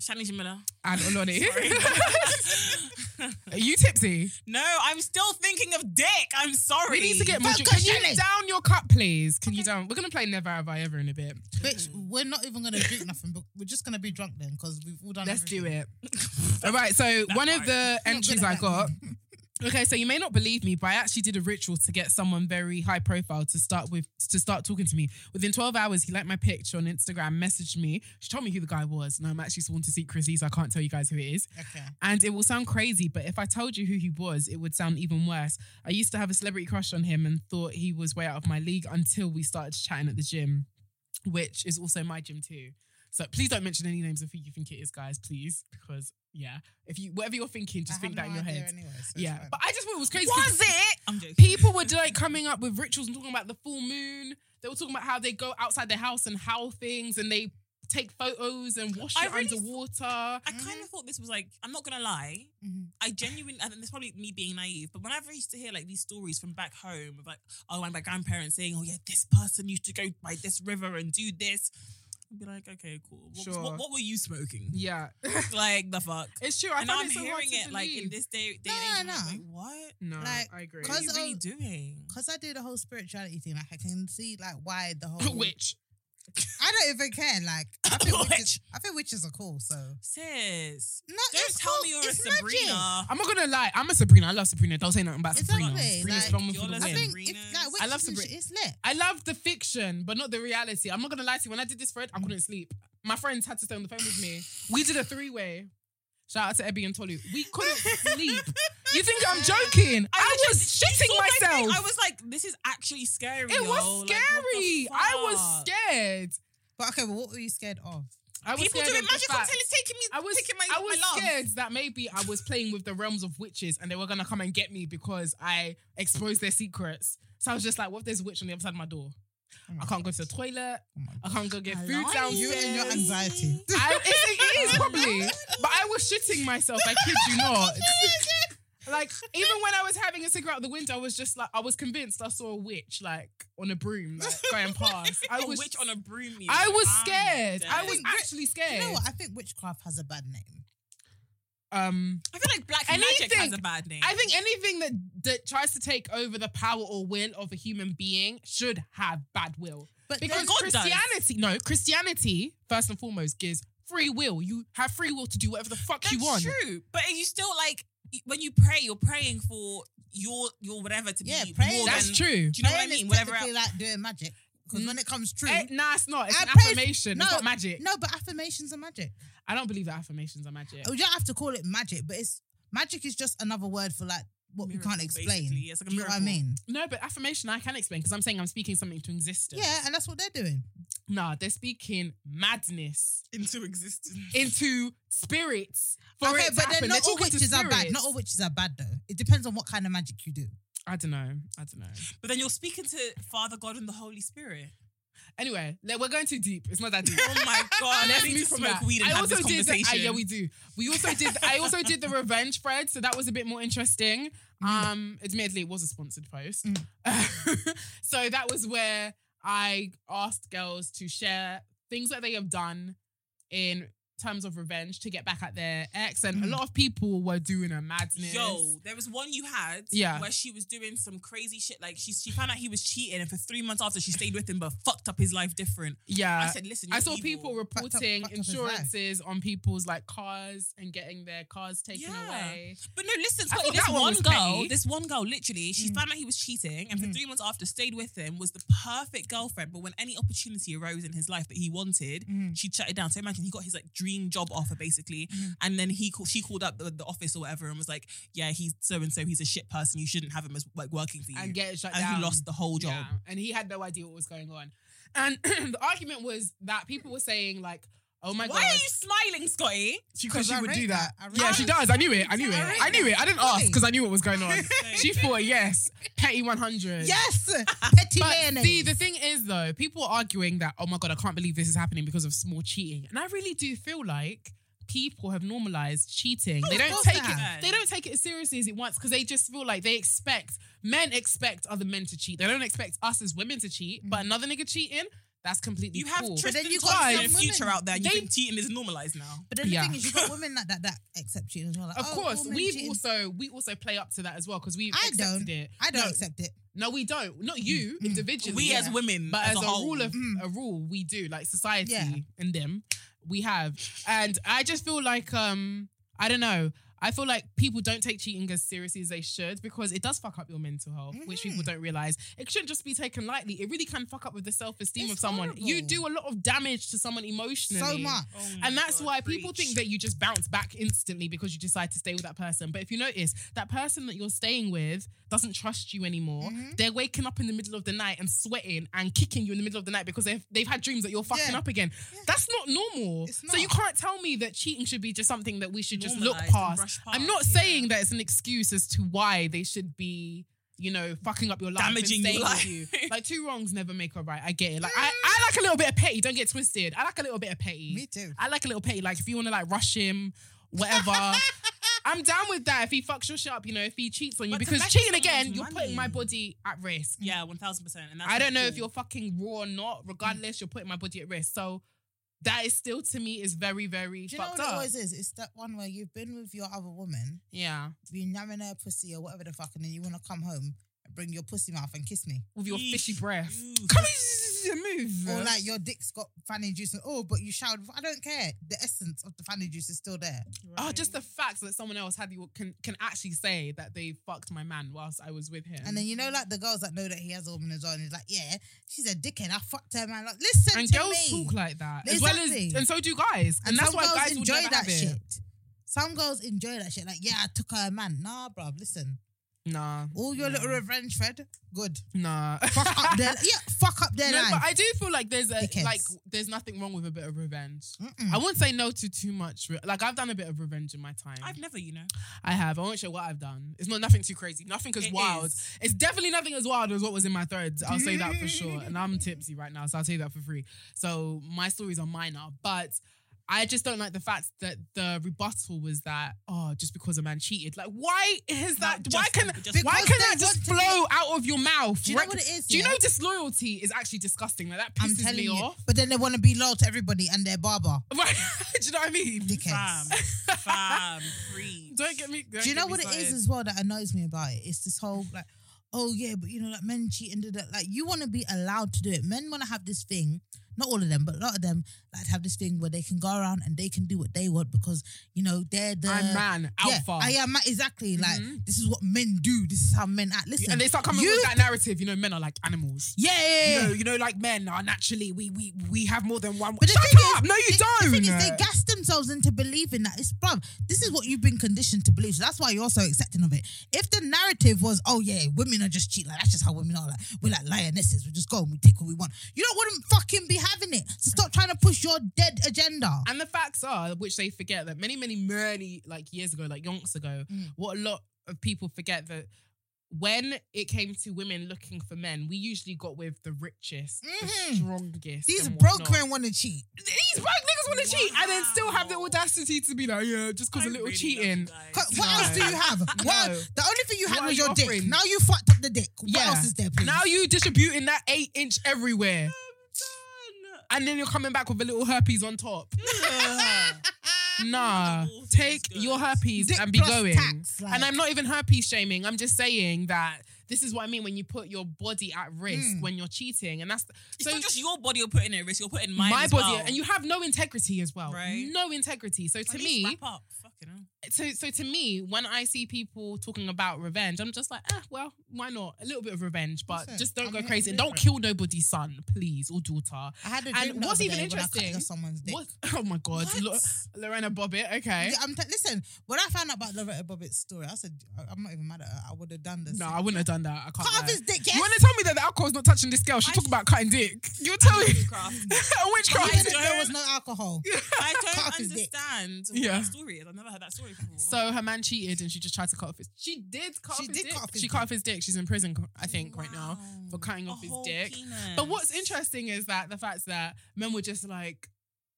Shani Jamila. And Oloni. Sorry. Are you tipsy? no, I'm still thinking of dick. I'm We sorry. need to get more. Focus, drink- Can you Shelley. down your cup, please? Can you down? We're gonna play Never Have I Ever in a bit. Bitch, we're not even gonna drink nothing, but we're just gonna be drunk then because we've all done. Let's do everything. it. All right. So one of part. the Not entries good at I that. got. Okay, so you may not believe me, but I actually did a ritual to get someone very high profile to start with to start talking to me. Within 12 hours, he liked my picture on Instagram, messaged me. She told me who the guy was, and I'm actually sworn to secrecy, so I can't tell you guys who it is. Okay. And it will sound crazy, but if I told you who he was, it would sound even worse. I used to have a celebrity crush on him and thought he was way out of my league until we started chatting at the gym, which is also my gym too. So please don't mention any names of who you think it is, guys, please, because yeah, if you whatever you're thinking, just I think that have in no your idea head. Anyway, so it's yeah, fine. but I just thought it was crazy. 'cause Was it? I'm joking. People were like coming up with rituals and talking about the full moon. They were talking about how they go outside their house and how things, and they take photos and wash I it really- underwater. I kind of thought this was like, I'm not gonna lie. Mhm. I genuinely, and it's probably me being naive, but whenever I used to hear like these stories from back home of like, oh, and my grandparents saying, oh, yeah, this person used to go by this river and do this, I'd be like, okay, cool. What, Sure. what, what were you smoking? Yeah, like, the fuck. it's true. I and found I'm it so hard hearing to it like in believe. this day, day No, and age. I'm no. Like, what? No, Like, I agree. What are you Cause really of- doing? Because I do the whole spirituality thing, like I can see like why the whole Which I don't even care. Like I think Witch. witches, I think witches are cool. So no, Sis, don't it's tell cool. me you're It's a Sabrina. Magic. I'm not gonna lie, I'm a Sabrina. I love Sabrina. Don't say nothing about Sabrina. Exactly, Sabrina's like, filming for the win. you're the I Sabrina. think if, like witches I love and Sabri- shit, it's lit. I love the fiction, but not the reality. I'm not gonna lie to you. When I did this thread, I couldn't sleep. My friends had to stay on the phone with me. We did a three way. Shout out to Ebby and Tolu. We couldn't sleep. You think I'm joking? I, was she shitting saw my thing, myself. I was like, this is actually scary. it was yo. Like, what the scary. I was fuck? scared. But okay, but what were you scared of? I was People scared doing of the magic fact- until it's taking me, I was, taking my, I was my love. scared that maybe I was playing with the realms of witches and they were gonna come and get me because I exposed their secrets. So I was just like, what if there's a witch on the other side of my door? Oh I can't go to the toilet. I can't go get food downstairs. You and your anxiety. I, it's, it is probably, but I was shitting myself. I kid you not. like even when I was having a cigarette out the window, I was just like, I was convinced I saw a witch like on a broom, like going past. I A was witch on a broom. you I know. was I'm scared. I dead. was actually scared. You know what? I think witchcraft has a bad name. Um, I feel like black magic Anything- has a bad name. I think anything that that tries to take over the power or will of a human being should have bad will. But Because then- God does. Christianity, no, Christianity first and foremost gives free will. You have free will to do whatever the fuck that's you want. true. But you still like when you pray, you're praying for your your whatever to be. Yeah, praying more That's than- true. Do you know what I Praying is mean? Whatever. technically else- like doing magic because when it comes true, Eh, nah, it's not. It's I an pray- affirmation. it's no, not magic. no, but affirmations are magic. Oh, I don't believe that affirmations are magic. You don't have to call it magic, but it's magic is just another word for like what we can't Miracle, explain. basically. It's like a Do you know what I miracle. mean? No, but affirmation I can explain because I'm saying I'm speaking something to existence. Yeah, and that's what they're doing. Nah, they're speaking madness into existence. into spirits. For okay, it to but happen. then They're not all talking to witches are bad. spirits. Not all witches are bad though. It depends on what kind of magic you do. I don't know. I don't know. But then you're speaking to Father God and the Holy Spirit. Anyway, like, we're going too deep. It's not that deep. Oh my God! Let's I need move to from smoke that. weed and I have also this did. The, conversation. I, yeah, we do. We also did. I also did the revenge thread, so that was a bit more interesting. Mm. Um, admittedly, it was a sponsored post. Mm. so that was where I asked girls to share things that they have done in terms of revenge to get back at their ex, and a lot of people were doing a madness. Mm. Yo, there was one you had Yeah. where she was doing some crazy shit. Like she she found out he was cheating and for three months after she stayed with him but fucked up his life different. yeah. I said, listen, Uh, I you're saw evil. people Fucked up- reporting fucked up his life. insurances on people's like cars and getting their cars taken Yeah. away. But no, listen, I Scotty, thought this that one one, was girl, petty. Mm. this one girl, literally, she found out he was cheating, and for three months after, stayed with him, was the perfect girlfriend. But when any opportunity arose in his life that he wanted, Mm. she shut it down. So imagine he got his like dream job offer basically, and then he called, she called up the, the office or whatever and was like, "Yeah, he's so and so. He's a shit person. You shouldn't have him as like working for you." And get it shut And down. he lost the whole job. Yeah, and he had no idea what was going on. And the argument was that people were saying like, "Oh my Why god, are you smiling, Scotty? because she I would rate do that." I rate Yeah, she that. does. I knew it. I knew it. I knew it. I didn't ask because I knew what was going on. She threw a yes, petty one hundred. Yes, petty But mayonnaise. see, the thing is though, people are arguing that, oh my god, I can't believe this is happening because of small cheating. And I really do feel like people have normalized cheating. they don't course take they it have. they don't take it as seriously as it once because they just feel like they expect men expect other men to cheat. They don't expect us as women to cheat, but another nigga cheating, that's completely You have cool. Tristan then Mm. you got Thompson some in the future women. out there. and You They- think cheating is normalized now? but then Yeah. the thing is, you got women like that that accept cheating as well. Like, Of oh, course, all men we cheating. also we also play up to that as well because we I accepted don't. it. I don't No, accept Mm, it. No, we don't. Not you individually. We Yeah. as women, But as, a, whole, rule of mm, a rule, we do like society Yeah. and them, we have. And I just feel like um, I don't know. I feel like people don't take cheating as seriously as they should because it does fuck up your mental health, which people Mm-hmm. don't realize. It shouldn't just be taken lightly. It really can fuck up with the self esteem It's of someone. You horrible. do a lot of damage to someone emotionally. So much. And that's God, why people preach. think that you just bounce back instantly because you decide to stay with that person. But if you notice, that person that you're staying with doesn't trust you anymore. Mm-hmm. They're waking up in the middle of the night and sweating and kicking you in the middle of the night because they've, they've had dreams that you're fucking Yeah. up again. That's not normal. It's So you not. can't tell me that cheating should be just something that we should just look Normalised and past. brush I'm past, not yeah. saying that it's an excuse as to why they should be. You know, fucking up your life, and Damaging your staying with life. you. Like two wrongs never make a right. I get it. Like I, I like a little bit of petty. Don't get twisted. I like a little bit of petty. Me too. I like a little petty. Like if you want to like rush him, whatever. I'm down with that. If he fucks your shit up, you know, if he cheats on you, But to because back cheating someone's again, you're money. putting my body at risk. yeah, one thousand percent. And that's I don't not know if cool. you're fucking raw or not. Regardless, you're putting my body at risk. So that is still to me is very very Do you know fucked what it up. always is? It's that one where you've been with your other woman, Yeah, been yamming her pussy or whatever the fuck, and then you want to come home and bring your pussy mouth and kiss me. with your Eesh. fishy breath. Ooh. Come here, move. Or like your dick's got fanny juice and oh, but you showered. I don't care. The essence of the fanny juice is still there. Oh, just the fact that someone else had you can can actually say that they fucked my man whilst I was with him. And then you know, like the girls that know that he has a woman as well, and he's like, yeah, she's a dickhead. I fucked her, man. Like, listen and to girls me. talk like that as well as Exactly. and so do guys and, that's some why girls guys would enjoy never that have it. shit. Some girls enjoy that shit. Like, yeah, I took her man. Nah, bruv, listen. Nah, All your little revenge, Fred. Good. nah. Fuck up their yeah. Fuck up their no, life. but I do feel like there's a Dickheads. Mm. like there's nothing wrong with a bit of revenge. Mm-mm. I wouldn't say no to too much. Re- like I've done a bit of revenge in my time. I've, I've never, you know. I have. I won't show what I've done. It's not nothing too crazy. Nothing as It wild. is. It's definitely nothing as wild as what was in my threads. I'll say that for sure. And I'm tipsy right now, so I'll tell you that for free. So my stories are minor, but. I just don't like the fact that the rebuttal was that oh just because a man cheated like why is that Not why just- can just- why Because can they that just want to be- flow out of your mouth Do you know Rec- what it is, do you yeah? know disloyalty is actually disgusting like that I'm pisses telling me you. off But then they want to be loyal to everybody and their barber. Right. Do you know what I mean? Dickheads. Fam, fam, free. Don't get me. Don't Do you know get me what it is started. as well that annoys me about it? It's this whole like, oh yeah, but you know, like men cheating did that. Like you want to be allowed to do it. Men want to have this thing. Not all of them, but a lot of them like to have this thing where they can go around and they can do what they want because you know they're the I'm man, uh, Yeah, alpha. I am exactly like this is what men do. This is how men act. Listen, Mm-hmm. and they start coming you- with that narrative. You know, men are like animals. Yeah, yeah, yeah. You know, you know, like men are naturally we we we have more than one. But the Shut thing up! is- no, you the, don't. The thing is, they gas themselves into believing that it's bruv. This is what you've been conditioned to believe. So that's why you're so accepting of it. If the narrative was, oh yeah, women are just cheat, like that's just how women are. Like we're like lionesses. We just go and we take what we want. You don't wouldn't fucking be having it. So stop trying to push your dead agenda. and the facts are, which they forget that many, many, many like years ago, like yonks ago, what a lot of people forget that when it came to women looking for men, we usually got with the richest, the Mhm. strongest. These and broke whatnot. men want to cheat. these broke niggas want to cheat and then still have the Wow. audacity to be like, yeah, just because I a little really love you cheating. guys. Co- What No. else do you have? Well, No. the only thing you had What are was you your dick. offering? Now you fucked up the dick. What Yeah. else is there, please? Now you distributing that eight inch everywhere. I'm done. and then you're coming back with a little herpes on top. nah, The wolf is take good. your herpes Dick and be plus going. tax, like- and I'm not even herpes shaming. I'm just saying that this is what I mean when you put your body at risk Hmm. when you're cheating, and that's It's so not just your body you're putting at risk. You're putting mine. my as body, well. and you have no integrity as well. Right. No integrity. So to At me, least wrap up. Fucking hell. so so to me, when I see people talking about revenge, I'm just like, ah, well, why not? A little bit of revenge, but That's it. just don't I'm go not crazy and don't kill nobody's son, please, or daughter. I had a And dream the what's other even day when I cut interesting- off someone's dick. What? Oh my God, What? Lo- Lorena Bobbitt. Okay, Yeah, I'm t- listen, when I found out about Loretta Bobbitt's story, I said, I- I'm not even mad at her. I would have done this. no, I wouldn't have done that. I can't. Cut off lie. his dick, yes. You want to tell me that the alcohol's not touching this girl? She I- talked about cutting dick. You're telling me witchcraft. Even if don't- there was no alcohol. I Cut don't off his dick. understand what Yeah. that story is. I've never heard that story before. So her man cheated, and she just tried to cut off his. She did cut She off his did dick. cut off his she dick. cut off his dick. She's in prison, I think, right now for Wow. cutting A off his whole dick. penis. But what's interesting is that the fact that men were just like,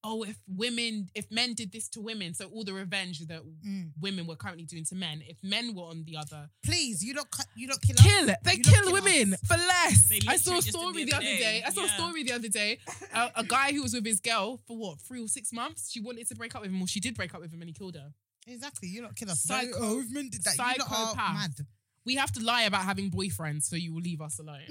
oh, if women, if men did this to women, so all the revenge that Mm. women were currently doing to men, if men were on the other, Please, you don't cut, you don't kill. kill us. they You don't kill us. women for less. They I saw a literally just did story the the other other day. day, I saw a yeah. story the other day. A, a guy who was with his girl for what three or six months. She wanted to break up with him, or she did break up with him, and he killed her. Exactly, you don't kill us. Psycho- oh, we've men did that. You lot are psychopath. mad. We have to lie about having boyfriends, so you will leave us alone.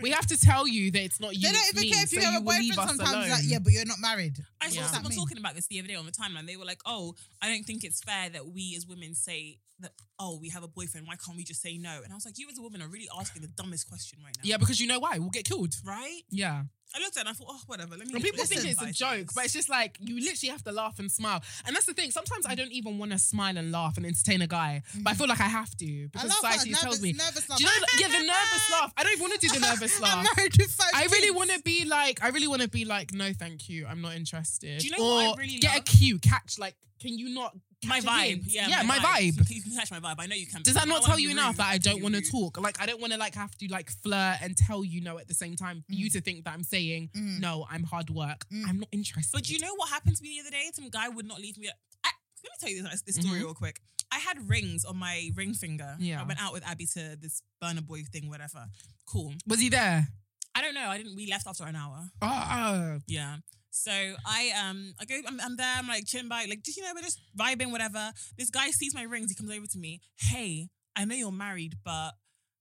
we have to tell you that it's not you. They don't it's even me, care if you so have a will leave boyfriend. us Sometimes alone. like, yeah, but you're not married. I saw Yeah. someone What does that mean? talking about this the other day on the timeline. They were like, "Oh, I don't think it's fair that we as women say that. Oh, we have a boyfriend. Why can't we just say no?" And I was like, "You as a woman are really asking the dumbest question right now." yeah, because you know why we'll get killed. Right? Yeah. I looked at it and I thought, "Oh, whatever." Let me. And people let me think it's a advise joke, this. but it's just like you literally have to laugh and smile. And that's the thing. Sometimes I don't even want to smile and laugh and entertain a guy, but I Mm-hmm. feel like I have to I because love her. society Nervous, tells me. nervous laugh. Do you know? Yeah, the nervous laugh. I don't even want to do the nervous I'm laugh. married with five I really kids. want to be like, I really want to be like, no, thank you, I'm not interested. Do you know what I Or really get love? a cue, catch like, can you not my catch a vibe. hint? Yeah, yeah, my, vibe. You, can catch my vibe. I know you can. Does but that I not wanna tell be you rude. enough that I don't be want to rude. talk? Like, I don't want to like have to like flirt and tell you no at the same time for Mm. you to think that I'm saying Mm. no. I'm hard work. I'm not interested. But you know what happened to me the other day? Some guy would not leave me. I, let me tell you this, this story Mhm. real quick. I had rings on my ring finger. Yeah. I went out with Abby to this burner boy thing, whatever. Cool. was he there? I don't know. I didn't. We left after an hour. Oh, oh. Yeah. So I um I go I'm, I'm there I'm like chilling by like just you know we're just vibing whatever. This guy sees my rings. He comes over to me. Hey, I know you're married, but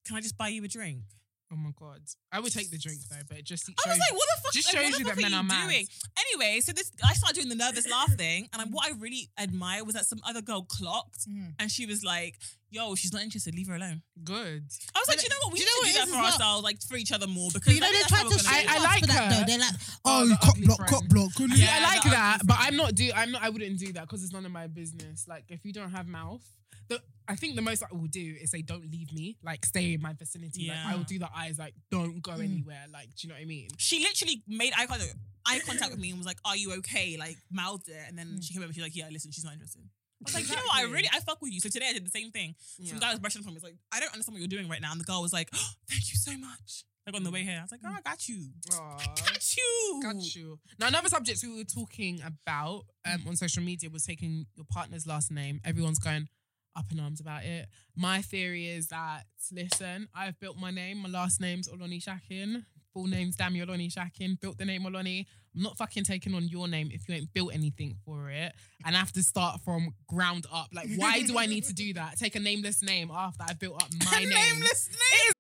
can I just buy you a drink? Oh my god, I would take the drink though, but it just shows, I was like, what the fuck? just like, what shows the you fuck that men you are mad. doing? Anyway, so this I started doing the nervous laugh thing, and I, what I really admire was that some other girl clocked, Mhm. and she was like, "Yo, she's not interested. Leave her alone." good. I was But like, "You know what? We do you need know to what do it that is for as well? ourselves, like for each other more." But Because you know I they think try that's to how we're shame gonna I- I do it. like us for that her. though. They're like, Oh, oh, the you cock ugly block, friend. cock block. couldn't Yeah, you? I like the that, ugly but friend. I'm not do. I'm not. I wouldn't do that because it's none of my business. Like, if you don't have mouth, the I think the most I will do is say, "Don't leave me." Like, stay in my vicinity. Like, I will Yeah. do the eyes. Like, don't go anywhere. Like, do you know what I mean? she literally made eye contact, eye contact with me and was like, "Are you okay?" Like mouthed it, and then she came over. She's like, "Yeah, listen, she's not interested." I was like, "You know what? I Mm. Exactly. really, I fuck with you." So today I did the same thing. Some guy was brushing up on me. He's like, "I don't understand what you're doing right now," and the girl was like, oh, "Thank you so much." Like on the way here, I was like, "Girl, I got you." Aw. Got Mm. you. Got you. Now, another subject we were talking about um, on social media was taking your partner's last name. Everyone's going up in arms about it. My theory is that, listen, I've built my name. My last name's Oloni Shakin. Full name's Dami Oloni Shakin. Built the name Oloni. I'm not fucking taking on your name if you ain't built anything for it. And I have to start from ground up. Like, why do I need to do that? Take a nameless name after I've built up my name. Nameless name.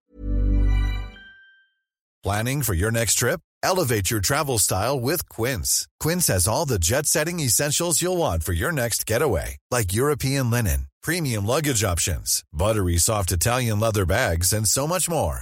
Planning for your next trip? Elevate your travel style with Quince. Quince has all the jet setting essentials you'll want for your next getaway, like European linen, premium luggage options, buttery soft Italian leather bags, and so much more.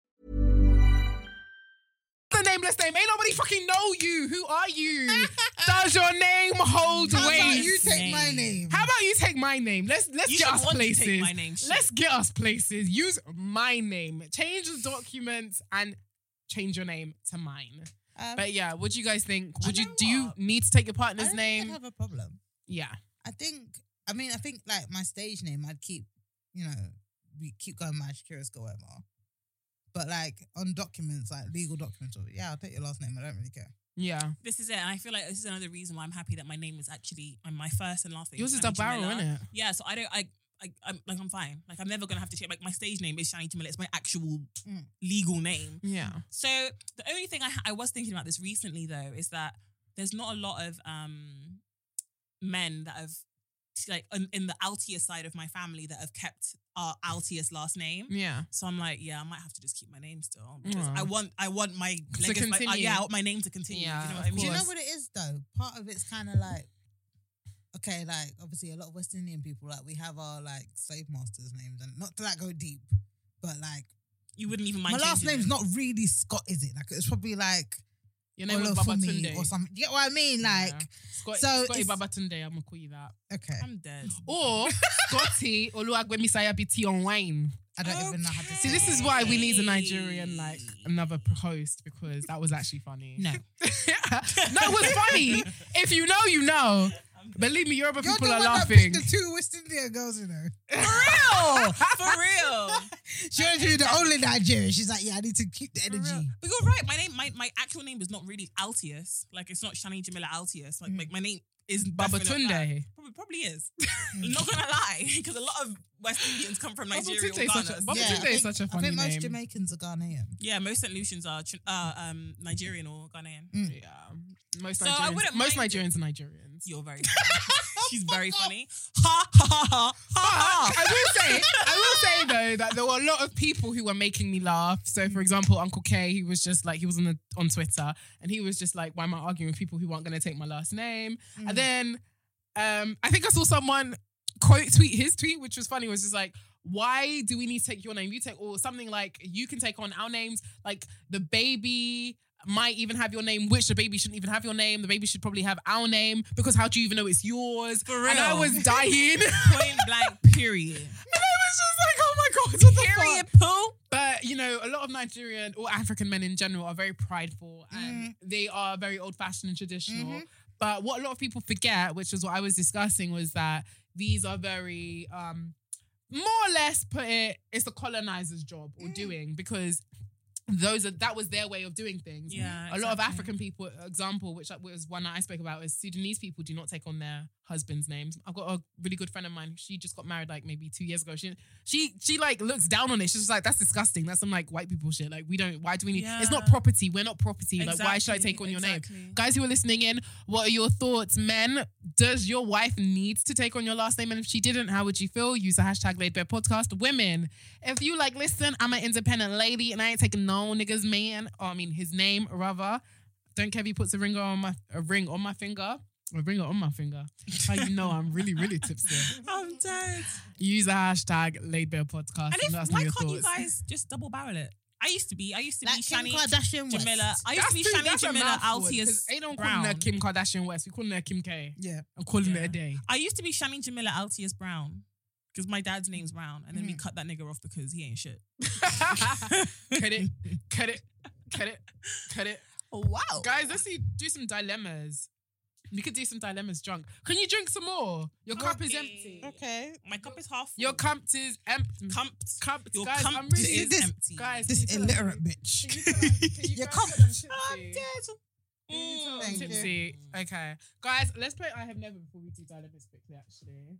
the nameless name. Ain't nobody fucking know you. Who are you? Does your name hold How about weight? you take my Name. name? How about you take my name? Let's let's You get should us want to take places. my name, shit. Let's get us places. Use my name. Change the documents and change your name to mine. Um, But yeah, what do you guys think? I Would you know do you what. need to take your I partner's don't name? think I'd have a problem. yeah. I think. I mean, I think like my stage name, I'd keep. You know, we keep going my Curious or whatever. But like on documents, like legal documents, or yeah, I'll take your last name. I don't really care. Yeah. This is it. And I feel like this is another reason why I'm happy that my name is actually and my first and last name. Yours is Shani the barrel, Jamila. innit? Yeah, so I don't I I, I'm like I'm fine. Like I'm never gonna have to change. Like my stage name is Shani Jamila. It's my actual Mm. legal name. Yeah. Mm-hmm. So the only thing I ha- I was thinking about this recently though is that there's not a lot of um men that have like in, in the Altius side of my family that have kept our Altius last name. Yeah. So I'm like, yeah, I might have to just keep my name still because Aw. I want, I want my, To legacy, my- uh, continue. yeah, I want my name to continue. Yeah, you know of what I mean? Do you know course. what it is though? Part of it's kind of like, okay, like obviously a lot of West Indian people, like we have our like slave masters' names, and not to like go deep, but like You wouldn't even mind. my last changing name's it. not really Scott, is it? Like it's probably like Your name was Olafunmi Babatunde. or something. You get what I mean? Like Yeah. Scotty, so Scotty it's- Babatunde, I'm gonna call you that. okay, I'm dead. Or Scotty Oluwagbemi Sayabiti on wine. I don't even know how to. See, this is why we need a Nigerian like another host because that was actually funny. No. no, it was funny. If you know, you know. Believe me, Yoruba You're people the are one laughing. that picked the two West Indian girls, you know. real, for real, She wanted to be the only Nigerian. She's like, yeah, I need to keep the for real. energy. But you're right. My name, my, my actual name is not really Altius. Like it's not Shani Jamila Altius. Like, like my name is definitely not that. Babatunde. Probably, probably is. I'm not gonna lie, because a lot of West Indians come from Nigeria. or Babatunde is such a- Ghana, so- Babatunde I is think- such a I funny think most name. Jamaicans are Ghanaian. Yeah, most St. Lucians are tr- uh, um, Nigerian or Ghanaian. Mm. Yeah. Most So I Nigerians. wouldn't most mind- Nigerians are Nigerians. You're very funny. She's very funny. Ha ha ha ha ha I will say, I will say though that there were a lot of people who were making me laugh. So, for example, Uncle K, he was just like he was on the on Twitter, and he was just like, "Why am I arguing with people who aren't going to take my last name?" And then, um, I think I saw someone quote tweet his tweet, which was funny. Was just like, "Why do we need to take your name? You take or something like you can take on our names, like the baby." Might even have your name, which the baby shouldn't even have your name. The baby should probably have our name because how do you even know it's yours? For And I real. was dying. ha. Point blank. Period. And I was just like, oh my god, what the Period. fuck? Poo. But you know, a lot of Nigerian or African men in general are very prideful and Mm-hmm. they are very old fashioned and traditional. But what a lot of people forget, which is what I was discussing, was that these are very um more or less put it, it's the colonizer's job Mm. or doing because those are that was their way of doing things. Yeah, a lot of exactly. African people, example, which was one that I spoke about, is Sudanese people do not take on their husbands' names. I've got a really good friend of mine. She just got married like maybe two years ago. She she she like looks down on it. She's just like, that's disgusting. That's some like white people shit. Like we don't. Why do we need? It's not Yeah. property. We're not property. Like why should I Exactly, take on your exactly. name? Guys who are listening in, what are your thoughts, men? Does your wife need to take on your last name? And if she didn't, how would you feel? Use the hashtag Laid Bare Podcast. Women, if you like, listen, I'm an independent lady and I ain't taking no niggas man. Or, I mean, his name rather. Don't care if he puts a ring on my a ring on my finger. A ringer on my finger. That's How you know I'm really, really tipsy. I'm dead. Use the hashtag Laid Bare Podcast. And And, if, let us know why your can't you thoughts. guys just double barrel it? I used to be. I used to Like be Kim Shani Kardashian West. Jamila. I used to be too- Shani a Jamila mouthful, 'cause Altius Ain't no one calling her Brown. Kim Kardashian West. We calling her Kim K. Yeah. I'm calling it Yeah. a day. I used to be Shani Jamila Altius Brown because my dad's name's Brown, and then Mm. we cut that nigga off because he ain't shit. cut it, cut it, cut it, cut it. Wow, Guys, let's see, do some dilemmas. We could do some dilemmas drunk. Can you drink some more? Your cup is empty. Okay. My cup is half. full. Your cup is empty. Cumped. Cup, Your guys, cup I'm is really this- empty. Guys, This can you tell us- illiterate bitch. can you tell us- can you Your guys cup- tell us I'm tipsy? dead. Can you Mm, tell us Thank you. tipsy? Okay. Guys, let's play I Have Never before we do dilemmas quickly, actually.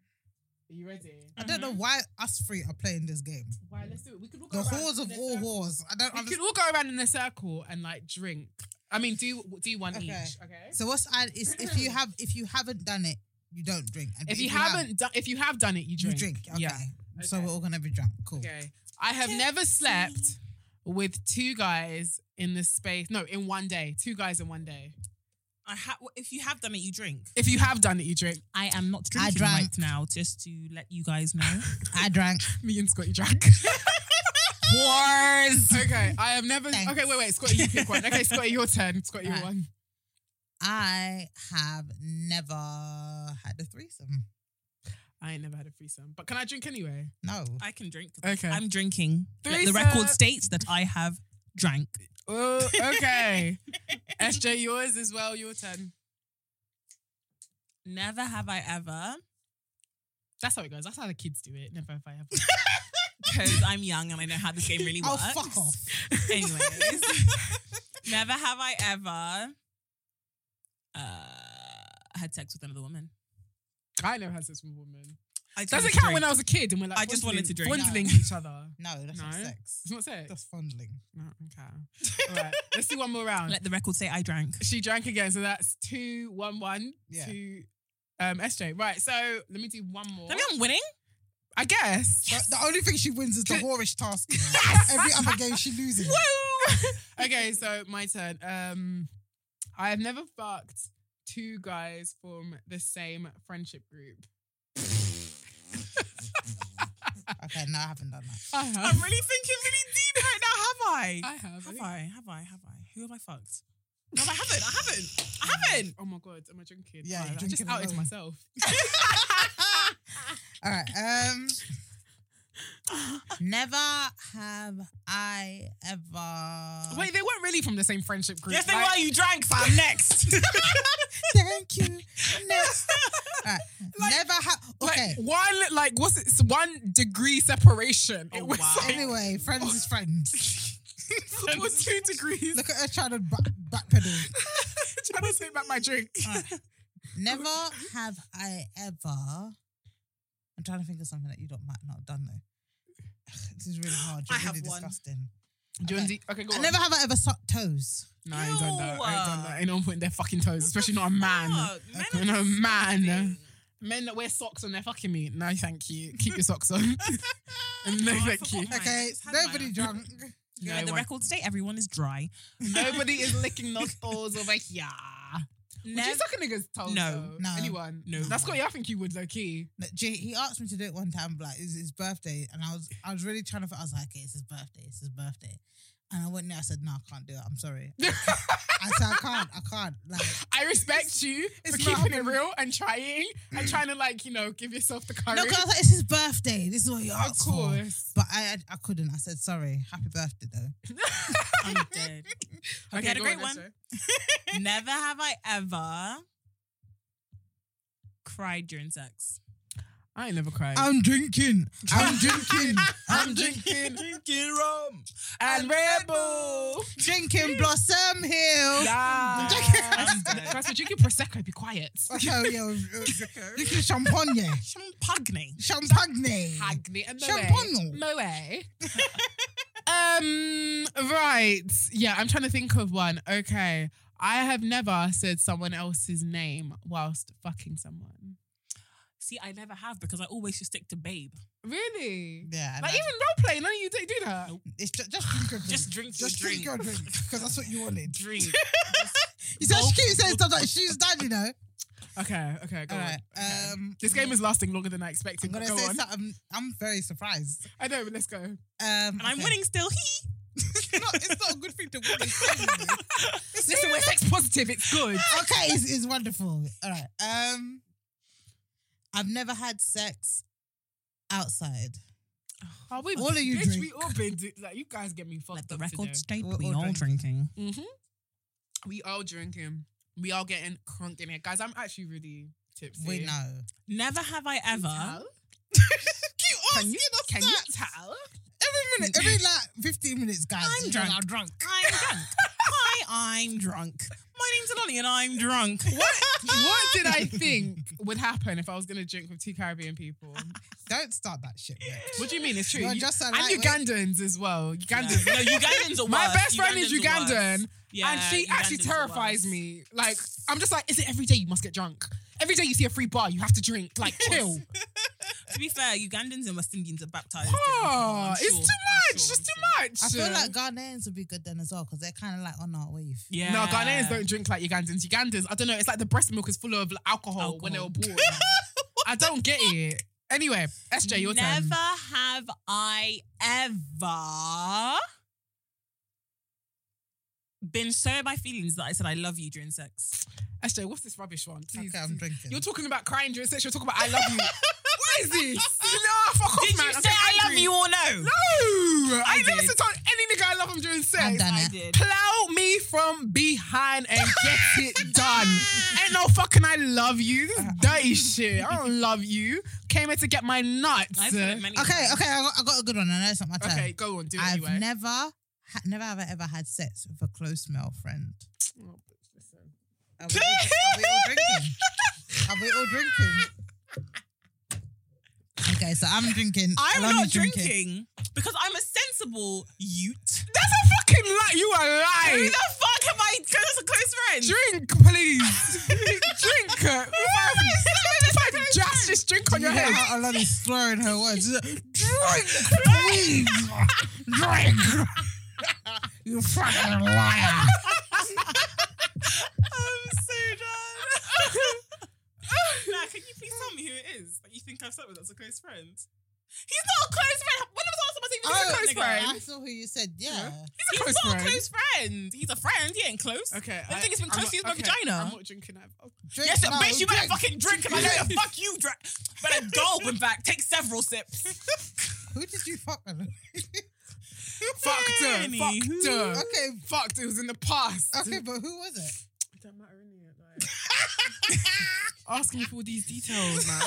Are you ready? I don't know why us three are playing this game. Why? Let's do it. We could all The go around whores in of a all circle. whores. I don't We could understand. all go around in a circle and like drink. I mean, do do one Okay. each. Okay. So what's I is if you have if you haven't done it, you don't drink. And if you have, haven't, done, if you have done it, you you drink. drink. Okay. Yeah. So Okay. we're all gonna be drunk. Cool. Okay. I have never slept with two guys in the space. No, in one day. Two guys in one day. I ha- if you have done it, you drink. If you have done it, you drink. I am not I drinking right drank. now, just to let you guys know. I drank. Me and Scotty drank. Wars. Okay, I have never. Thanks. Okay, wait, wait, Scotty, you pick one. Okay, Scotty, your turn. Scotty, your Right. one. I have never had a threesome. I ain't never had a threesome, but can I drink anyway? No. I can drink. Okay. I'm drinking. Let the Threesome. record states that I have drank. Oh, okay. SJ, yours as well. Your turn. Never have I ever, That's how it goes. That's how the kids do it. Never have I ever. because I'm young and I know how this game really oh, works. fuck off. Anyways, never have I ever uh, had sex with another woman. I never had sex with a woman. I just Doesn't wanted to count when I drink. was a kid and we're like, I just wanted to fondling- drink. fondling each other. No, that's not No. sex. It's not sex. That's fondling. No, okay. All right. Let's do one more round. Let the record say I drank. she drank again, so that's two, one, one, Yeah. two. Um, SJ. Right. So let me do one more. I mean, I'm winning. I guess. The, the only thing she wins is the whorish task. Every other game she loses. okay, so my turn. Um, I have never fucked two guys from the same friendship group. Okay, no, I haven't done that. I I'm have. really thinking really deep right now. Have I? I have. Have think- I? Have I? Have I? Who have I fucked? No, I haven't. I haven't. I haven't. Oh my god, am I drinking? Yeah, Wow, you're I drinking just outed alone. myself. All right. Um, never have I ever. Wait, they weren't really from the same friendship group. Yes, they right? were. You drank, fam. Next. Thank you. Next. All right. never have. Like Okay. one, like what's it? it's One degree separation. Oh, it was wow. like, anyway, friends is friends. it was two degrees. Look at her trying to back, backpedal. trying to take back my drink. Never have I ever. I'm trying to think of something that you don't might not have done though. This is really hard. You're I have really one. disgusting. Do you want to- okay, go I on. never have I ever sucked toes. No, I ain't done that. I ain't done Ew. that. Ain't no one putting their fucking toes, especially not a man. Fuck, men Okay. are No, man. disgusting. Men that wear socks on their fucking me. No, thank you. Keep your socks on. and no, Oh, I thank forgot you. mine. Right, Okay, just had nobody mine. drunk. Yeah, No the one. record state, everyone is dry. Nobody is licking those toes over here. Would you Nev- suck a nigga's toes? No, though? no, Anyone? no. That's what I think you would, low key. No, Jay, he asked me to do it one time, but like it's his birthday, and I was I was really trying to. I was like, okay, it's his birthday, it's his birthday, and I went there. I said, no, I can't do it. I'm sorry. I said, I can't, I can't. Like, I respect you for it's not keeping it happening. real and trying and trying to, like, you know, give yourself the courage. no, because like, it's his birthday. This is what he of asked for. course. But I, I couldn't. I said, sorry. Happy birthday though. I'm dead. Okay, had a go great on, one. Esther. Never have I ever cried during sex. I ain't never cried. I'm drinking. I'm drinking. I'm drinking Drinking rum. and Red Bull. drinking Blossom Hill. Yeah. I'm dead. Ah. Guys, we're drinking prosecco. Be quiet. Okay, yo, drinking champagne, Champagne. champagne. Hagney and Champagne. Moe. Moe. um. Right. Yeah, I'm trying to think of one. Okay. I have never said someone else's name whilst fucking someone. See, I never have because I always just stick to babe. Really? Yeah, and Like I- even role play, none of you do do that. it's ju- just drink your drink. Just drink your Just drink drink. your drink because that's what you wanted. Drink. You said she keeps saying stuff like she's done, you know. Okay. Okay. Go All on. right. Okay. Um, this game is lasting longer than I expected. I'm gonna but Go say on. something. I'm very surprised. I know, but let's go. Um, And I'm winning still. He. it's, not, it's not a good thing to win. It's crazy. It's Listen, really we're sex positive. It's good. not- okay, it's, it's wonderful. All right. Um, I've never had sex outside. Oh, we, All of you bitch, drink. we all been do- like you guys get me fucked Let the up today. record state. We're We all all drinking. Mm-hmm. We all drinking. We all getting crunk in here, guys. I'm actually really tipsy. We know. Never have I ever. Tell? Can you, Can you tell? Every minute, every like 15 minutes, guys. you I'm know, drunk. I'm drunk. I'm drunk. Hi, I'm drunk. My name's Lolly and I'm drunk. What? What did I think would happen if I was gonna drink with two Caribbean people? Don't start that shit. Yet. What do you mean? It's true. You're You- just a and lightweight. Ugandans as well. Ugandans. No, Ugandans are My worse. best friend is Ugandans are worse. Ugandan, Yeah, and she actually Ugandans are terrifies worse. me. Like, I'm just like, is it every day you must get drunk? Every day you see a free bar, you have to drink. Like, chill. To be fair, Ugandans and West Indians are baptized. in alcohol, Oh, I'm it's sure, too I'm much. It's sure, I'm too sure. much. I feel like Ghanaians would be good then as well because they're kind of like on our wave. Yeah. No, Ghanaians don't drink like Ugandans. Ugandans, I don't know. It's like the breast milk is full of alcohol, when they were Alcohol. born. I don't get it. Anyway, SJ, your Never turn. have I ever been so in my feelings that I said I love you during sex. SJ, what's this rubbish one? Please. Okay, I'm drinking. You're talking about crying during sex. You're talking about I love you. what is this? No, fuck off, Did Oh, man. you I'm say so I love angry. you or no? No, I, I never did. said to any nigga I love him during sex. I'm done I it. did. Plow me from behind and get it done. Ain't no fucking I love you. This is dirty shit. I don't love you. Came here to get my nuts. I've said it many Okay, times. okay, I got, I got a good one. I know it's not my turn. Okay, go on. Do it I've anyway. never, ha- never have I ever had sex with a close male friend. Are we, all, are we all drinking? Are we all drinking? Okay, so I'm drinking. I'm Alani's not drinking, because I'm a sensible ute. That's a fucking lie. You are Who lying. the fuck am I? Because that's a close friend. Drink, please. drink. If I- if I just, just drink on You your hear head. how Alani's throwing her words. She's like, Drink, please. drink. you fucking liar. I'm so done. nah, can you please tell me who it is that you think I've slept with that's a close friend? He's not a close friend. When was the last time I said he was a Oh, close friend? I saw who you said. Yeah. He's He's not a close friend. He's a friend. He ain't close. Okay. I, think it's been I'm not- close to use my okay, vagina. I'm not drinking that. Drink Yes, now, bitch, you better drink. fucking drink if I know you. Fuck you, drink. Better gulp and back. Take several sips. Who did you fuck, Alani? Fucked her. Fucked her. Okay. Fucked. It was in the past. Okay, but who was it? Asking me for all these details, man.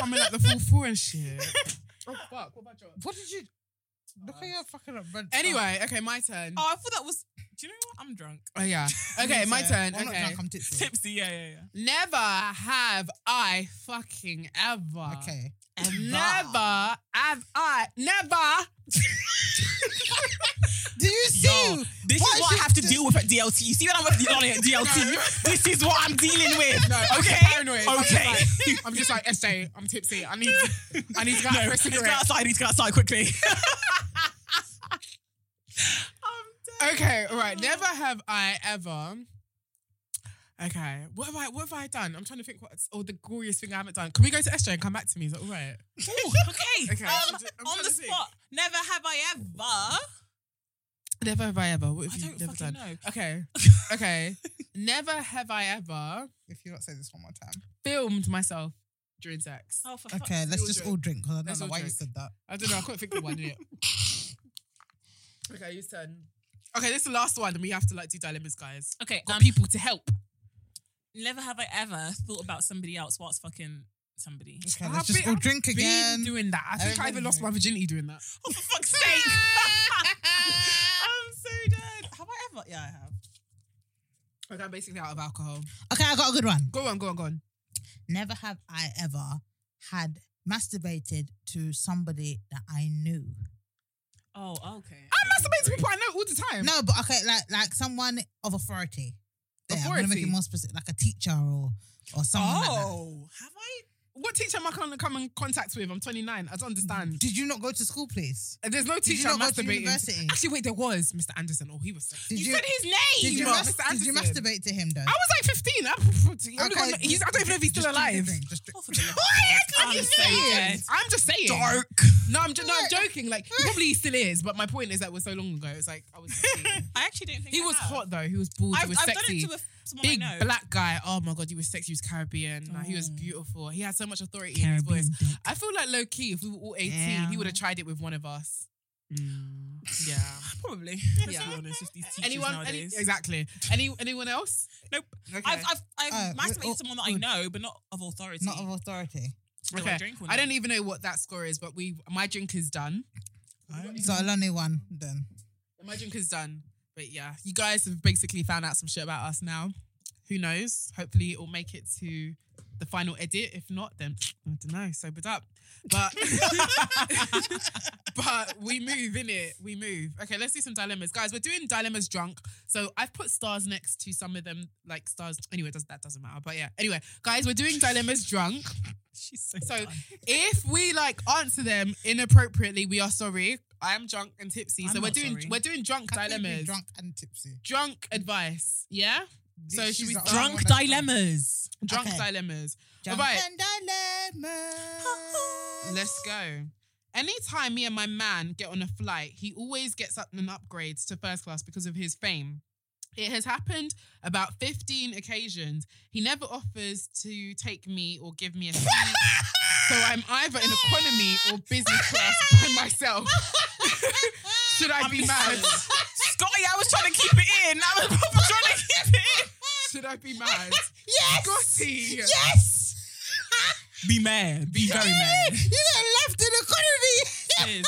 Coming like the full four and shit. Oh, fuck. What about yours? What did you? Look at your fucking up. Red Anyway, okay, my turn. Oh, I thought that was. Do you know what? I'm drunk. Oh, yeah. Okay, my turn. I'm not Okay. drunk, I'm tipsy. Tipsy. Yeah, yeah, yeah. Never have I fucking ever. Okay. Never have I. Never. Do you see? Yo, this is what I have to deal with at DLT. You see when I'm with Lonnie at DLT? This is what I'm dealing with. No, I'm okay. just paranoid. I'm just Okay. like, I'm just like, SJ, I'm tipsy. I need, I need to go out no, for a let's go cigarette. outside. Let's go outside quickly. I'm dead. Okay, all right. Never have I ever. Okay, what have I? What have I done? I'm trying to think. What's all the glorious thing I haven't done? Can we go to SJ and come back to me? Is that all right? Ooh, okay. Okay, Um, I'm just- I'm on trying the to think. spot. Never have I ever. Never have I ever. What have I you don't never done? fucking know. Okay, okay. never have I ever If you don't say this one more time. filmed myself during sex. Oh, for fuck's Okay, let's all just drink. all drink because I don't Let's know all why you drink. said that. I don't know. I couldn't think of one. Did okay, you turn. Okay, this is the last one, and we have to like do dilemmas, guys. Okay, Got um, people to help. never have I ever thought about somebody else whilst fucking somebody. Okay, I've let's just been- all I've drink Been again. doing that. I think I even Everybody lost my virginity doing that. Oh, for fuck's sake! I'm so dead. Have I ever? Yeah, I have. Okay, I'm basically out of alcohol. Okay, I got a good one. Go on, go on, go on. Never have I ever had masturbated to somebody that I knew. Oh, okay. I masturbate to people I know all the time. No, but okay, like like someone of authority. There, I'm gonna make Authority? it more specific, like a teacher or or someone. like that. Oh, have I? What teacher am I going to come in contact with? I'm 29. I don't understand. Did you not go to school, please? There's no you teacher not go to masturbating. university? Actually, wait, there was Mr. Anderson. Oh, he was. So, Did you, you- said his name. Did you, Mr. mas- did you Anderson. masturbate to him though? I was like 15. I, I, Okay, he's, I don't even know if he's still just drink the alive. drink, just drink- Oh, for the love of God. I'm I'm so saying. dead. I'm just saying. No, I'm, jo- no, I'm joking. Like, he probably still is, but my point is that it was so long ago. It's like, I was. 15. I actually don't think he I was have. hot, though. He was bald. I've, he was I've sexy. done it to a, someone Big I know. Oh. black guy. Oh my god, he was sexy. He was Caribbean. Like, he was beautiful. He had so much authority in his voice. I feel like low key, if we were all eighteen, he Yeah. would have tried it with one of us. Yeah. Probably. Let's Yeah. be honest, it's these teachers Anyone? Any, nowadays. exactly. Any? Anyone else? Nope. Okay. I've, I've, I've Uh, masturbated oh, to someone that I good. know, but not of authority. Not of authority. Do okay. I drink or I not? don't e- even know what that score is, but we my drink is done. So I'll only one then. My drink is done. But yeah, you guys have basically found out some shit about us now. Who knows? Hopefully, it'll make it to the final edit. If not, then I don't know. Sobered up, but but we move in it. We move. Okay, let's do some dilemmas, guys. We're doing dilemmas drunk. So I've put stars next to some of them, like stars. Anyway, does that doesn't matter. But yeah, anyway, guys, we're doing dilemmas drunk. She's so, So done. if we like answer them inappropriately, we are sorry. I am drunk and tipsy, I'm so we're not doing sorry. we're doing drunk Can't they be dilemmas, drunk. Drunk and tipsy. advice. Yeah, So should we She's start Drunk on- dilemmas. Drunk Okay. dilemmas. Jump All right. and dilemma. Let's go. Anytime me and my man get on a flight, he always gets up and upgrades to first class because of his fame. It has happened about 15 occasions. He never offers to take me or give me a seat. so I'm either in economy or business class by myself. Should I be mad? Scotty, I was trying to keep it in. I was proper trying to keep it Should I be mad? Yes. Scotty! Yes. in. Be mad. Be very mad. You got left in economy. Yes.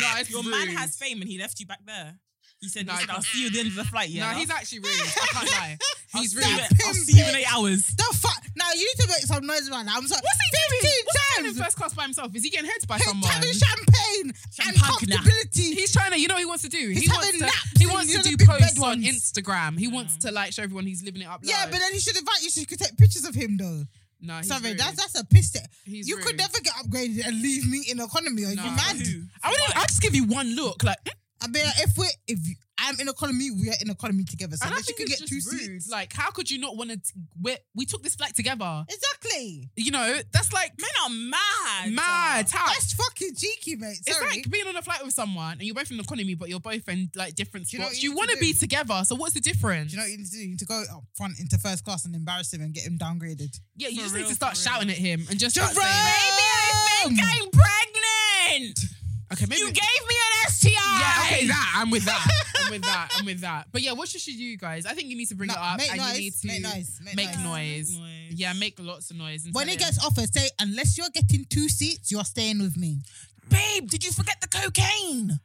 No, it's Your rude. man has fame and he left you back there. He said, No, he said, I- I'll see you at the end of the flight, yeah? No, he's actually rude. I can't lie. I'll He's see rude. you- That I'll pimp see you in bitch. eight hours. the fuck? Now you need to make some noise about that. I'm sorry. What's he 15 He's in times. first class by himself. Is he getting hit by He's someone? having champagne, Champagne. and comfortability. He's trying to, you know, what he wants to do. He's he wants having to, naps he and wants he's to having do big bed posts on ones. Instagram. He wants to like show everyone he's living it up. yeah, loud. but then he should invite you so you could take pictures of him though. no, he's Sorry, rude. that's that's a piss. take. He's you could rude. never get upgraded and leave me in economy. Are you No. mad? I would. I just give you one look, like, mm, I mean, if we if you, I'm in economy, we are in economy together. So and I unless you think can get it's two just rude. seats, Like, how could you not want to? We we took this flight together. exactly. You know, that's like Men are mad. mad. How? That's fucking cheeky, mate. Ah. It's Sorry. like being on a flight with someone and you're both in the economy, but you're both in like different Do you know spots. what You, you need want to to be do? together, so what's the difference? Do you know what you need to do? You need to go up front into first class and embarrass him and get him downgraded. yeah, you For just real, need to start for shouting real. at him and just start Jerome! saying, Baby, I think I'm pregnant. okay, maybe You gave me an STI. Yeah, okay, that I'm with that. I'm with that. I'm with that. But yeah, what should you do, guys? I think you need to bring No, it up make and noise, you need to make noise, make noise. Make noise. Yeah, make lots of noise. And When tell it him. gets offered, say unless you're getting two seats, you're staying with me. Babe, did you forget the cocaine?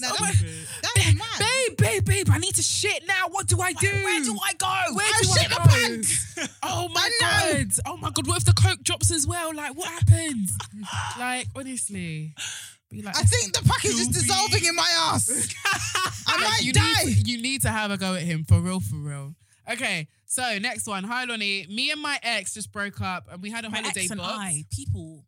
No, that's, that's mad. babe, babe, babe, I need to shit now. What do I do? Where do I go? Where I do shit my go? pants. Oh my I know. god! Oh my god! What if the coke drops as well? Like, what happens? like, honestly, be like, I think the package is Goofy. dissolving in my ass. I might you die. Need, you need to have a go at him for real, for real. Okay, so next one. Hi, Lonnie. Me and my ex just broke up, and we had a My holiday ex and booked. I, people.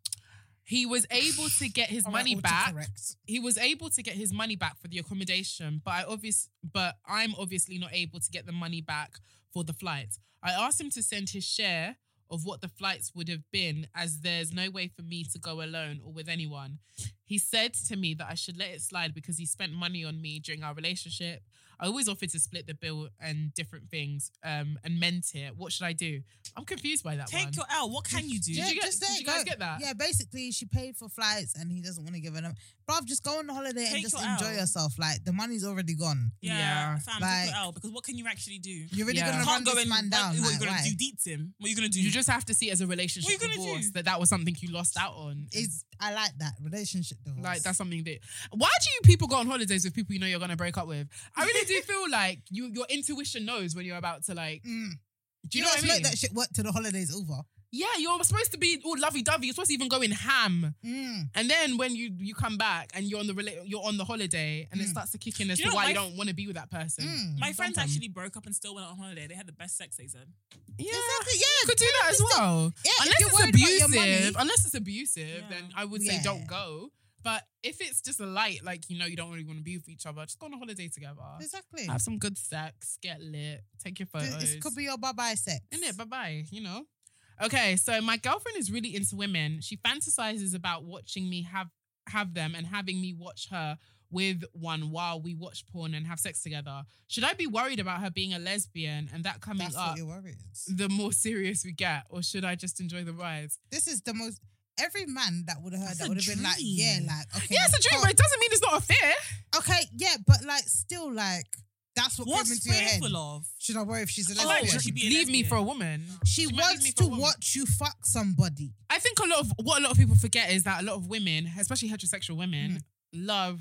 He was able to get his All right, money back. autocorrect. He was able to get his money back for the accommodation, but I obvious but I'm obviously not able to get the money back for the flights. I asked him to send his share of what the flights would have been as there's no way for me to go alone or with anyone. He said to me that I should let it slide because he spent money on me during our relationship. I always offered to split the bill and different things um and meant it. What should I do? I'm confused by that Take one. your L. What can you do? Did Yeah, you get- just say did you guys go. get that? Yeah, basically she paid for flights and he doesn't want to give it up. Bruv, just go on holiday and Take just your enjoy L. yourself. Like the money's already gone. Yeah, Yeah, fam, like- take your L. Because what can you actually do? You're really Yeah. gonna You run this man down. What, what like, you gonna why? do? Deets him. What you gonna do? You just have to see it as a relationship What you gonna divorce do? that that was something you lost out on. It's- I like that relationship divorce. like that's something that. Why do you people go on holidays with people you know you're gonna break up with? I really do feel like you your intuition knows when you're about to like. Mm. Do you, know what I expect mean? that shit work till the holidays over. yeah, you're supposed to be all lovey dovey. You're supposed to even go in ham, Mm. and then when you you come back and you're on the rela- you're on the holiday and it Mm. starts to kick in as Do you to know why what you my- don't want to be with that person. Mm. My friends dumb. actually broke up and still went on holiday. They had the best sex they said. Yeah. Exactly. Yeah. You could do that as Just don't- well. Yeah, if unless you're it's worried about your abusive, money- unless it's abusive, Yeah. then I would say Yeah. don't go. But if it's just a light, like you know, you don't really want to be with each other, just go on a holiday together. Exactly. Have some good sex, get lit, take your Th- photos. This could be your bye bye sex. In it, bye bye. You know. Okay, so my girlfriend is really into women. She fantasizes about watching me have have them and having me watch her with one while we watch porn and have sex together. Should I be worried about her being a lesbian and that coming That's up? Mm. what your worry is. the more serious we get, or should I just enjoy the rides? This is the most. Every man that would have heard That's that a would have been like, yeah, dream. like, okay. yeah, it's a dream, oh, but it doesn't mean it's not a fear. Okay, yeah, but like, still, like, that's what came What's into your head. fearful of? Should I worry if she's a Oh, lesbian? should she be a leave me lesbian? for a woman. she might leave me wants for to a woman. watch you fuck somebody. I think a lot of what a lot of people forget is that a lot of women, especially heterosexual women, Mm-hmm. love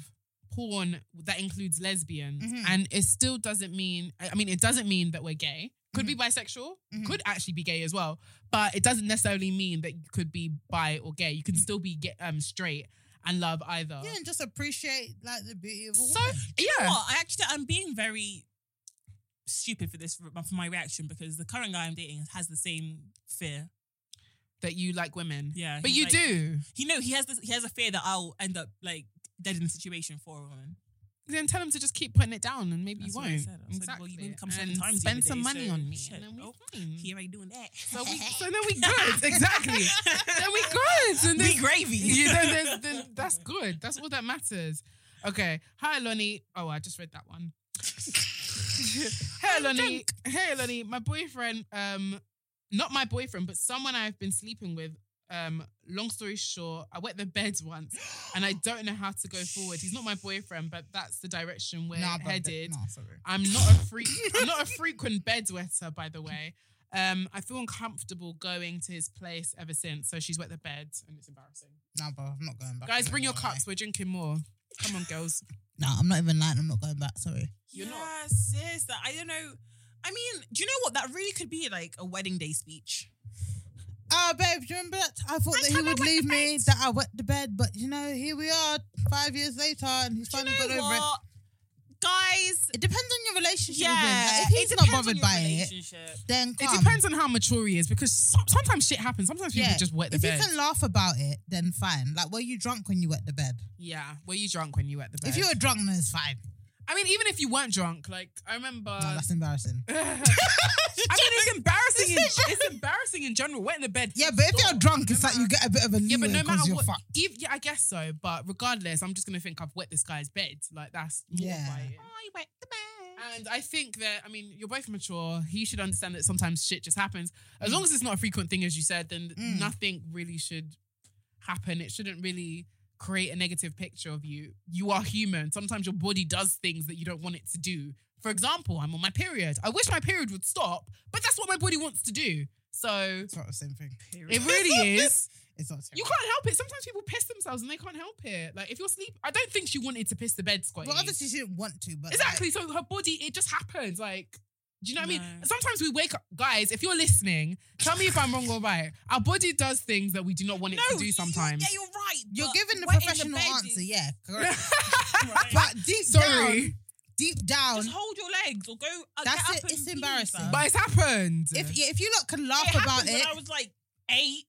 porn that includes lesbians, Mhm. and it still doesn't mean. I I mean, it doesn't mean that we're gay. Could Mm-hmm. be bisexual. Mhm. Could actually be gay as well, but it doesn't necessarily mean that you could be bi or gay. You can still be ge- um, straight and love either. Yeah, and just appreciate like the beauty of a So woman. yeah, What? I actually, I'm being very stupid for this for my reaction because the current guy I'm dating has the same fear. that you like women. Yeah, but he's you like- do. He know he has this. He has a fear that I'll end up like dead in the situation for a woman. Then tell him to just keep putting it down, and maybe That's you what won't. I said. I was like, well, you didn't come seven And times the Spend other some day, money so on me. shit. And then we Oh, fine. He already doing that. Mm. So we, so then we good. Exactly. then we good. And then, Be gravy. you know, there's, there's, that's good. That's all that matters. Okay. Hi, Lonnie. Oh, I just read that one. hey, Lonnie. Hey, Lonnie. My boyfriend, um, not my boyfriend, but someone I've been sleeping with. Um, long story short, I wet the bed once and I don't know how to go forward. He's not my boyfriend, but that's the direction we're Nah, but- headed. Nah, sorry. I'm not a freak. I'm not a frequent bedwetter, by the way. Um, I feel uncomfortable going to his place ever since. So she's wet the bed, and it's embarrassing. Nah, bro, I'm not going back. Guys, I'm bring your not gonna cups. We're drinking more. Come on, girls. lie. Nah, I'm not even lying. I'm not going back. Sorry. You're yeah, not- sis. that- I don't know. I mean, do you know what? That really could be like a wedding day speech. Oh, babe, do you remember that? I thought that First he time I would wet the leave me, that I wet the bed, but you know, here we are, five years later, and he's Do you finally know got over it. what? Guys, It depends on your relationship. yeah. Yeah, if he's it not depends on bothered your by it, relationship. then It come. depends on how mature he is, because some, sometimes shit happens. Sometimes people just wet the if bed. you can laugh about it, then fine. Like, were you drunk when you wet the bed? yeah. Were you drunk when you wet the bed? If you were drunk, then it's fine. I mean, even if you weren't drunk, like I remember. no, that's embarrassing. I mean, it's embarrassing. in, it's embarrassing in general. Wet in the bed. Yeah, but if Stop. you're drunk, No it's like matter- you get a bit of a Yeah, leeway but no because matter you're what, fucked. ev- yeah, I guess so. But regardless, I'm just gonna think I've wet this guy's bed. Like that's Yeah. mortifying. I wet the bed. And I think that I mean you're both mature. He should understand that sometimes shit just happens. As long as it's not a frequent thing, as you said, then Mm. nothing really should happen. It shouldn't really create a negative picture of you. You are human. Sometimes your body does things that you don't want it to do. For example, I'm on my period. I wish my period would stop, but that's what my body wants to do. So It's not the same thing. it really is. It's not the same. You can't help it. Sometimes people piss themselves and they can't help it. Like if you're sleep, I don't think she wanted to piss the bed, Scotty. Well, obviously, she didn't want to, but exactly. So her body, it just happens. Like, do you know what I mean? No. Sometimes we wake up, guys. If you're listening, tell me if I'm wrong or right. Our body does things that we do not want it to do you- sometimes. Yeah, you're right. You're but giving the wetting professional bed answer, is- yeah. Correct. Right. but deep Sorry, down, deep down, Just hold your legs or go. Uh, That's get it, Up and it's pee, embarrassing. fam. but it's happened. if yeah, if you lot can laugh it about happened it, when I was like eight.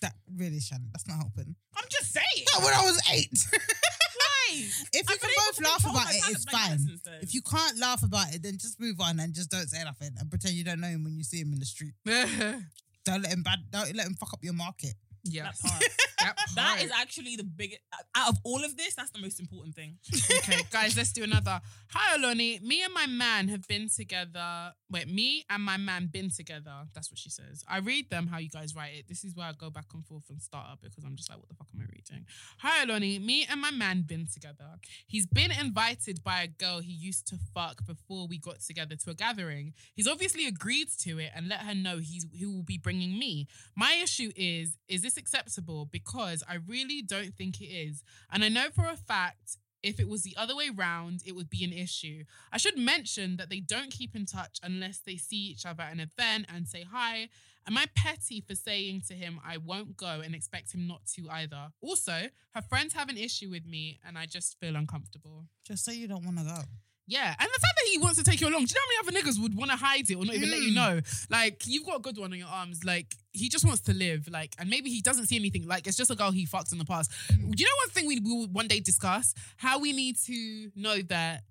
that really, Shannon, that's not helping. I'm just saying. Not when I was eight. Why? if you I've can been able both to laugh control about my it, talents it's like that fine. since then. If you can't laugh about it, then just move on and just don't say nothing and pretend you don't know him when you see him in the street. Don't let him bad. Don't let him fuck up your market. yeah, that part. That is actually the biggest. Out of all of this, that's the most important thing. okay, guys, let's do another. Hi, Oloni. Me and my man have been together. Wait, me and my man been together. That's what she says. I read them how you guys write it. This is where I go back and forth and start up because I'm just like, what the fuck am I reading? Hi, Oloni. Me and my man been together. He's been invited by a girl he used to fuck before we got together to a gathering. He's obviously agreed to it and let her know he's he will be bringing me. My issue is, is this acceptable? Because I really don't think it is. And I know for a fact if it was the other way round, it would be an issue. I should mention that they don't keep in touch unless they see each other at an event and say hi. Am I petty for saying to him I won't go and expect him not to either? Also, her friends have an issue with me and I just feel uncomfortable. Just say you don't want to go. Yeah, and the fact that he wants to take you along, do you know how many other niggas would want to hide it or not even let you Mm. know? Like, you've got a good one on your arms. Like, he just wants to live. Like, and maybe he doesn't see anything. Like, it's just a girl he fucked in the past. Mm. You know, one thing we will one day discuss how we need to know that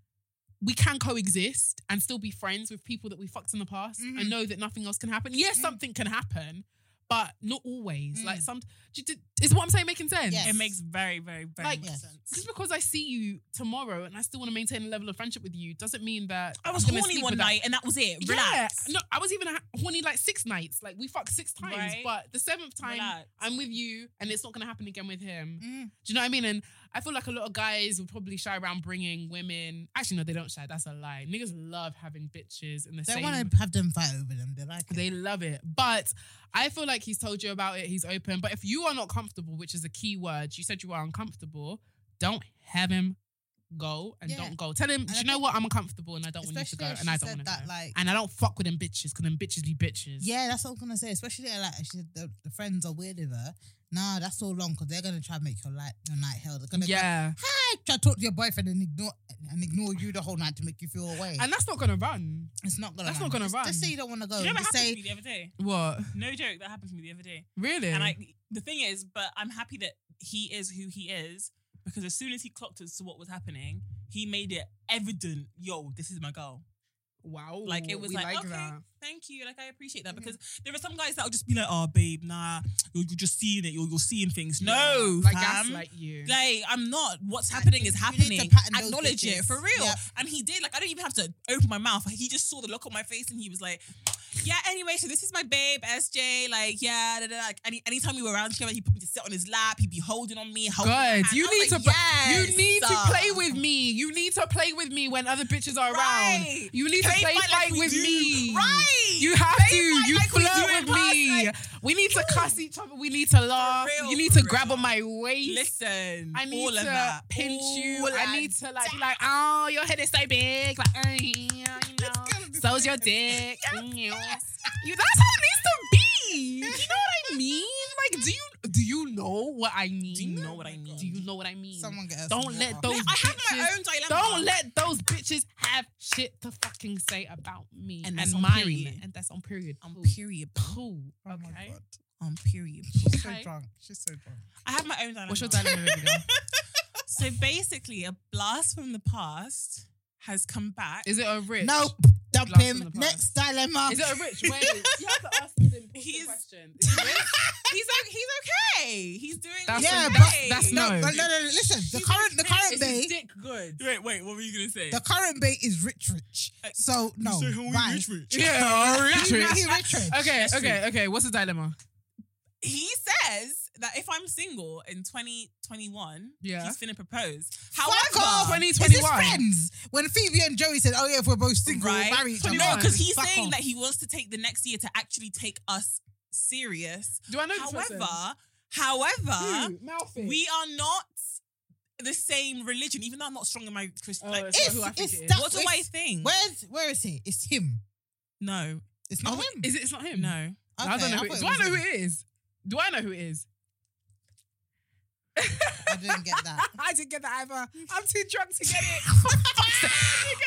we can coexist and still be friends with people that we fucked in the past Mhm. and know that nothing else can happen. Yes, something can happen, but not always. Mm. Like, some do you- is what I'm saying making sense? Yes. It makes very, very, very Like- much Yes. sense. just because I see you tomorrow and I still want to maintain a level of friendship with you doesn't mean that I was I'm gonna horny sleep one with that- night and that was it. Relax. Yeah, no, I was even ha- horny like six nights. Like we fucked six times, Right. but the seventh time Relax. I'm with you, and it's not gonna happen again with him. Mm. Do you know what I mean? And I feel like a lot of guys would probably shy around bringing women. Actually, no, they don't shy. That's a lie. Niggas love having bitches in the They same. want to have them fight over them. They like it. They love it. But I feel like he's told you about it. He's open. But if you are not comfortable, which is a key word, you said you are uncomfortable, don't have him go and Yeah. don't go. Tell him, And do I you know think- what? I'm uncomfortable and I don't want you to especially go. as And I she don't said want to that, go. like- and I don't fuck with them bitches because them bitches be bitches. Yeah, that's what I'm gonna say. Especially like she said the, the friends are weird with her. Nah, that's all long because they're gonna try and make your light your night hell. They're gonna go, Yeah. "Hi," try to talk to your boyfriend and ignore and ignore you the whole night to make you feel away. And that's not going to run. it's not gonna. that's run. not gonna just, run. Just say you don't want Oh, to go. Do Oh, you know what Just happened say to me the other day? What? No joke, that happened to me the other day. Really? And I, the thing is, but I'm happy that he is who he is because as soon as he clocked as to what was happening, he made it evident, yo, this is my girl. Wow. Like it was we like, okay, that. thank you. Like I appreciate that because there are some guys that will just be like, oh, babe, nah, you're, you're just seeing it. You're, you're seeing things. No, Like fam. gaslight you. Like I'm not. What's happening is you need to happening. pattern those Acknowledge it bitches. for real. Yep. And he did. Like I don't even have to open my mouth. He just saw the look on my face and he was like, "Yeah, anyway, so this is my babe, SJ. Like, yeah, da, da, da. like any anytime we were around together, he put me to sit on his lap. He'd be holding on me. Holding my Good. hand. You I was need like, to. You "Yes, need to uh, play with me. You need to play with me when other bitches are Right. around. You need to play fight fight, like we with do. me. Right. You have Play to. fight You like we do flirt in with me. person. we need to cuss each other. We need to laugh. real, you need for to grab real. on my waist. Listen, I need all to of that. pinch you. All I of need to like be that. like, oh, your head is so big. Like, oh, yeah, you know. So's your dick. Mm, Yeah. You, that's how it needs to be. Do you know what I mean? Like, do you do you know what I mean? Do you know what I mean? Do you know what I mean? Someone get us Don't some let water. those. I have bitches, my own dilemma. Don't let those bitches have shit to fucking say about me And that's on mine. period. And that's on period. on Poo. period. Poo. Oh my Okay. God. On period. She's so Okay. drunk. She's so drunk. I have my own dilemma. What's your dilemma, baby girl? So basically, a blast from the past has come back. Is it a rich? Nope. Dump Blast from him. the past. Next dilemma. Is it a rich? Wait. You have to ask this important He's- question. Is it rich? he's o- he's okay. He's doing That's yeah, a- okay. but that's no, no. but no, no, no, Listen, the current, the current Is his bait, dick good? Wait, wait. What were you gonna say? the current bait is rich, rich. So no, bye. Yeah, You know he rich, rich. Okay, That's okay, okay. What's the dilemma? he says that if I'm single in 2021, Yeah. he's finna propose. Fuck off. However, Is 2021. this friends? When Phoebe and Joey said, "Oh yeah, if we're both single, Right. we'll marry each other." no, because he's Fuck saying off. that he wants to take the next year to actually take us serious. Do I know However, Hmm. however, Malfi. we are not the same religion. Even though I'm not strong in my Christian, Oh, like it's- it's, who I think it's it is. that. what do I it's- think? Where's where is he? It's him. No, It's not Oh, him. Is it? It's not him. no. I don't Okay, know. Who I it is. thought Do it I was know who him. it is? Do I know who it is? I didn't get that. I didn't get that either. I'm too drunk to get it.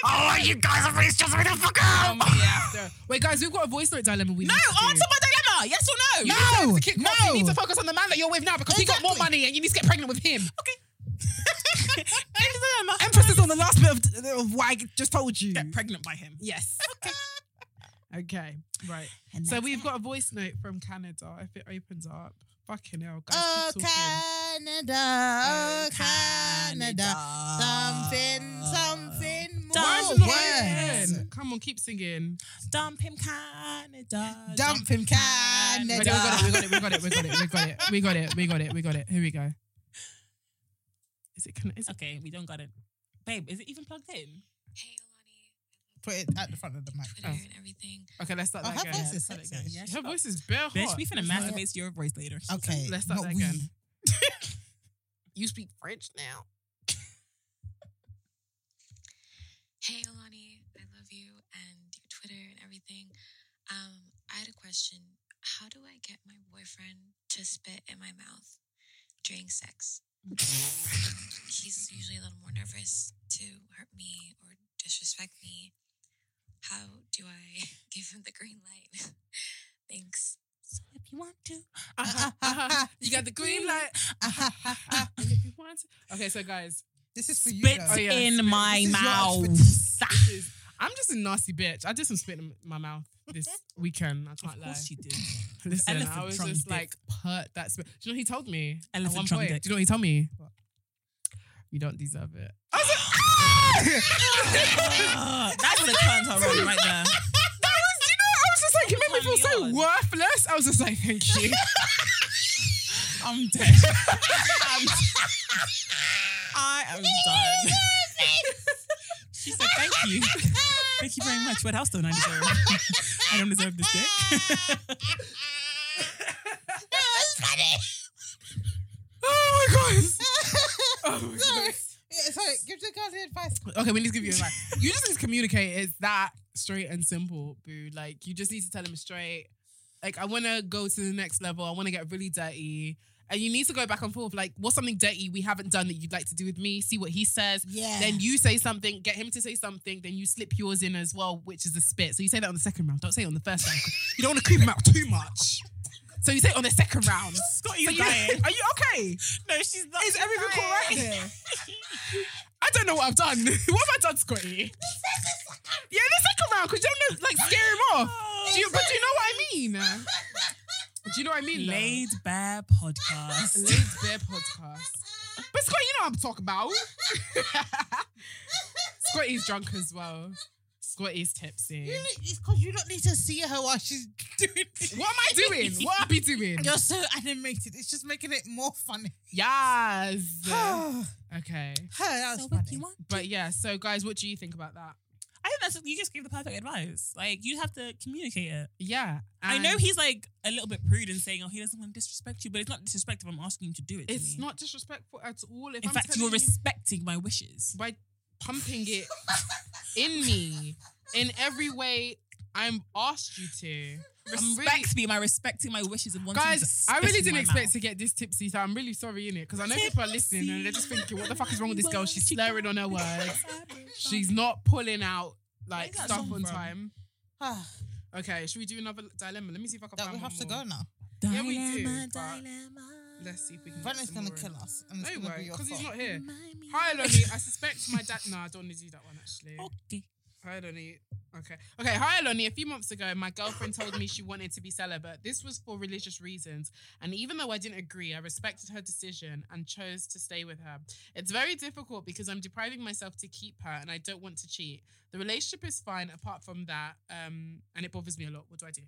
Oh, you guys are really just me the fuck up. Um, yeah, after. Wait, guys, we've got a voice note dilemma. We No, need to answer my dilemma. Yes or no? No, do. To kick no. off, you need to focus on the man that you're with now because he got more Exactly. money and you need to get pregnant with him. Answer the dilemma. Emphasis on the last bit of, of what I just told you. Get pregnant by him. Yes. okay. Right. so we've got a voice note from Canada. If it opens up, fucking hell, guys. Oh keep talking. Canada, oh Canada. Canada, something, something Why is more. it not Words. Again. Come on, keep singing. Dump him, Canada. Dump him, Canada. Ready, we got it. We got it. We got it. We got it. We got it. We got it. We got it. We got it. Here we go. Is it? Can, is it Okay, we don't got it. Babe, is it even plugged in? Put it at the front of the mic. Oh. okay, let's start Oh, that her voice again. is sexy. Yeah. Her voice is bare hot. Bitch, we finna It's like- masturbate to your voice later. Okay, Let's start but that we- again. You speak French now. Hey, Alani, I love you and your Twitter and everything. Um, I had a question. How do I get my boyfriend to spit in my mouth during sex? He's usually a little more nervous to hurt me or disrespect me. How do I give him the green light? Thanks. So if you want to. Uh-huh, uh-huh. You got the green light. Uh-huh. And if you want to- Okay, so guys, This is for you. Spit guys. Oh, yeah. in Spit. my This is your mouth. expertise. this is, I'm just a nasty bitch. I did some spit in my mouth this weekend. I can't Of lie. course you did. Listen, I Elephant was trunk just dick. like hurt. That's do you know what he told me Elephant at one trunk point. dick. Do you know what he told me? You don't deserve it. I was like, Ah, That's the turn around right there. that was you know I was just like it made me feel so Totally on. worthless. I was just like thank you. I'm dead. I'm, I am done. She said, "Thank you, thank you very much." What else don't I deserve? I don't deserve this dick. oh my gosh. Oh my Sorry. gosh. Yeah, sorry, give the girls the advice. Okay, we need to give you advice. You just need to communicate. It's that straight and simple, boo. Like you just need to tell him straight. Like I want to go to the next level. I want to get really dirty. And you need to go back and forth. Like, what's something dirty we haven't done that you'd like to do with me? See what he says. Yeah. Then you say something, get him to say something, then you slip yours in as well, which is a spit. So you say that on the second round. Don't say it on the first round. You don't want to creep him out too much. So you say it on the second round. Scott, So you you- dying? Are you okay? No, she's not. Is everything She's dying. correct? I don't know what I've done. what have I done, Scotty? Yeah, the second round, because you don't know, like, scare him off. Do you, but do you know what I mean? Do you know what I mean? though? Laid Bare Laid Podcast. Bare Podcast. But Scotty, you know what I'm talking about. Scotty's drunk as well. Scotty's tipsy. It's because you don't need to see her while she's doing it. What am I doing? What am I doing? You're so animated. It's just making it more funny. Yes. Huh, okay. that was funny. want? But yeah, so guys, what do you think about that? I think that's you just gave the perfect advice. Like you have to communicate it. Yeah. I know and he's like a little bit prude in saying, "Oh, he doesn't want to disrespect you," but it's not disrespectful. I'm asking you to do it. to it's me. not disrespectful at all. If In I'm fact, you're telling you- respecting my wishes. by pumping it in me in every way I'm asked you to. I'm Respect really- me by respecting my wishes and wanting to Guys, spit I really in didn't my expect mouth. to get this tipsy, so I'm really sorry in it because I know people are listening and they're just thinking, "What the fuck is wrong with this girl? She's slurring on her words. She's not pulling out like Where's that stuff song on from? time." Ah, Okay, should we do another dilemma? Let me see if I can that find we one have to more. go now. Yeah, we do, Dilemma, but dilemma. Let's see if we can. Brendan's going gonna to kill us, and it's No gonna be way, your because fault. he's not here. Remind me. Hi, Lonnie. I suspect my dad. No, I don't want to do that one actually. Okay. Hi, Lonnie. Okay. Okay. Hi, Lonnie. A few months ago, my girlfriend told me she wanted to be celibate. This was for religious reasons. And even though I didn't agree, I respected her decision and chose to stay with her. It's very difficult because I'm depriving myself to keep her and I don't want to cheat. The relationship is fine apart from that. Um, and it bothers me a lot. What do I do?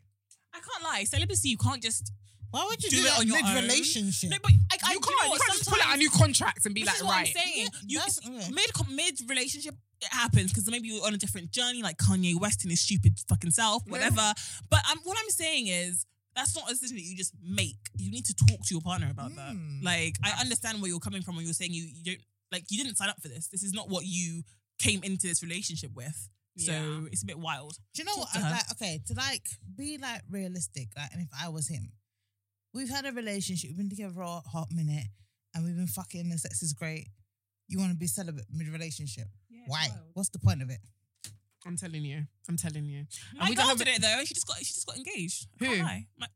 I can't lie. Celibacy, you can't just Why would you Do do, it that on your own. mid relationship? no, but I, I you do you know can't, you what? can't just pull out a Sometimes- new contract and be this like, is what right. I'm saying. You That's- okay. mid mid relationship it happens because maybe you're on a different journey, like Kanye West and his stupid fucking self, whatever. But I'm, what I'm saying is that's not a decision that you just make. You need to talk to your partner about that. Hmm. Mm. Like I understand where you're coming from when you're saying you, you don't like you didn't sign up for this. This is not what you came into this relationship with. Yeah. So it's a bit wild. Do you know Talk what? to I her. like okay to like be like realistic. Like, and if I was him, we've had a relationship. We've been together for a hot minute, and we've been fucking. The sex is great. You want to be celibate mid relationship? Why? What's the point of it? I'm telling you. I'm telling you. My we don't girl have- did it though. She just got she just got engaged. I Who? can't lie. My-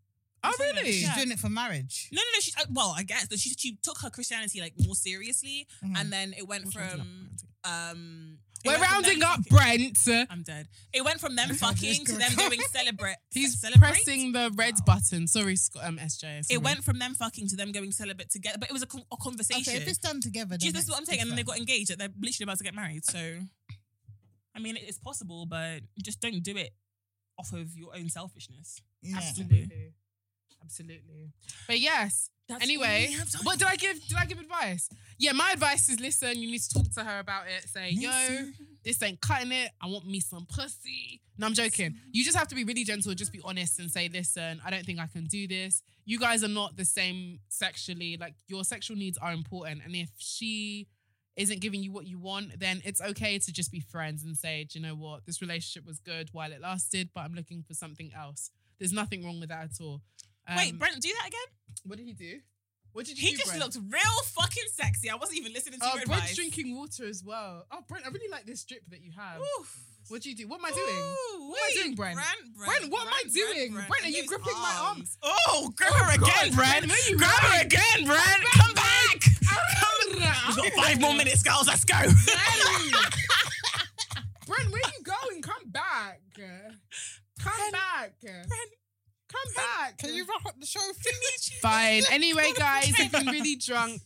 Oh, telling you, really? she's She's Yeah. doing it for marriage. No, no, no. She, uh, well, I guess but she she took her Christianity like more seriously, Mm-hmm. Mhm. and then it went We're rounding up, from um. it We're went from rounding them up fucking- Brent. I'm dead. It went from them Oh, he's fucking to gonna them come. doing celebrate. He's celebrate? pressing the red Wow. button. Sorry, Sc- um, SJ. sorry. It went from them fucking to them going celibate together, but it was a, con- a conversation. Okay, if it's done together, Do then you- this is what I'm it's saying, and then they different. got engaged. Like, they're literally about to get married. So, I mean, it- it's possible, but just don't do it off of your own selfishness. Yeah. Absolutely. Absolutely. But yes. That's all anyway, we have time what did I give? Did I give advice? Yeah, my advice is listen. You need to talk to her about it. Say, yo, this ain't cutting it. I want me some pussy. No, I'm joking. You just have to be really gentle. Just be honest and say, listen, I don't think I can do this. You guys are not the same sexually. Like your sexual needs are important, and if she isn't giving you what you want, then it's okay to just be friends and say, do you know what? This relationship was good while it lasted, but I'm looking for something else. There's nothing wrong with that at all. Um, Wait, Brent, do that again. what did he do? What did you He do, just Brent? looked real fucking sexy. I wasn't even listening to Oh, your Brent's advice. drinking water as well. Oh, Brent, I really like this drip that you have. Oof. What do you do? What am I doing? Ooh, What am I wait, doing, Brent? Brent, Brent, what am I doing? Brent, are and you those gripping my Oh, grab God, her again, Brent. Brent, are you Grab her right? again, Brent. Come back. Brent, We've got five more minutes, girls. Let's go. Brent, where you going? Come back. Come back. Come back. Can you wrap up the show? Fine. Anyway, guys, I've been really drunk.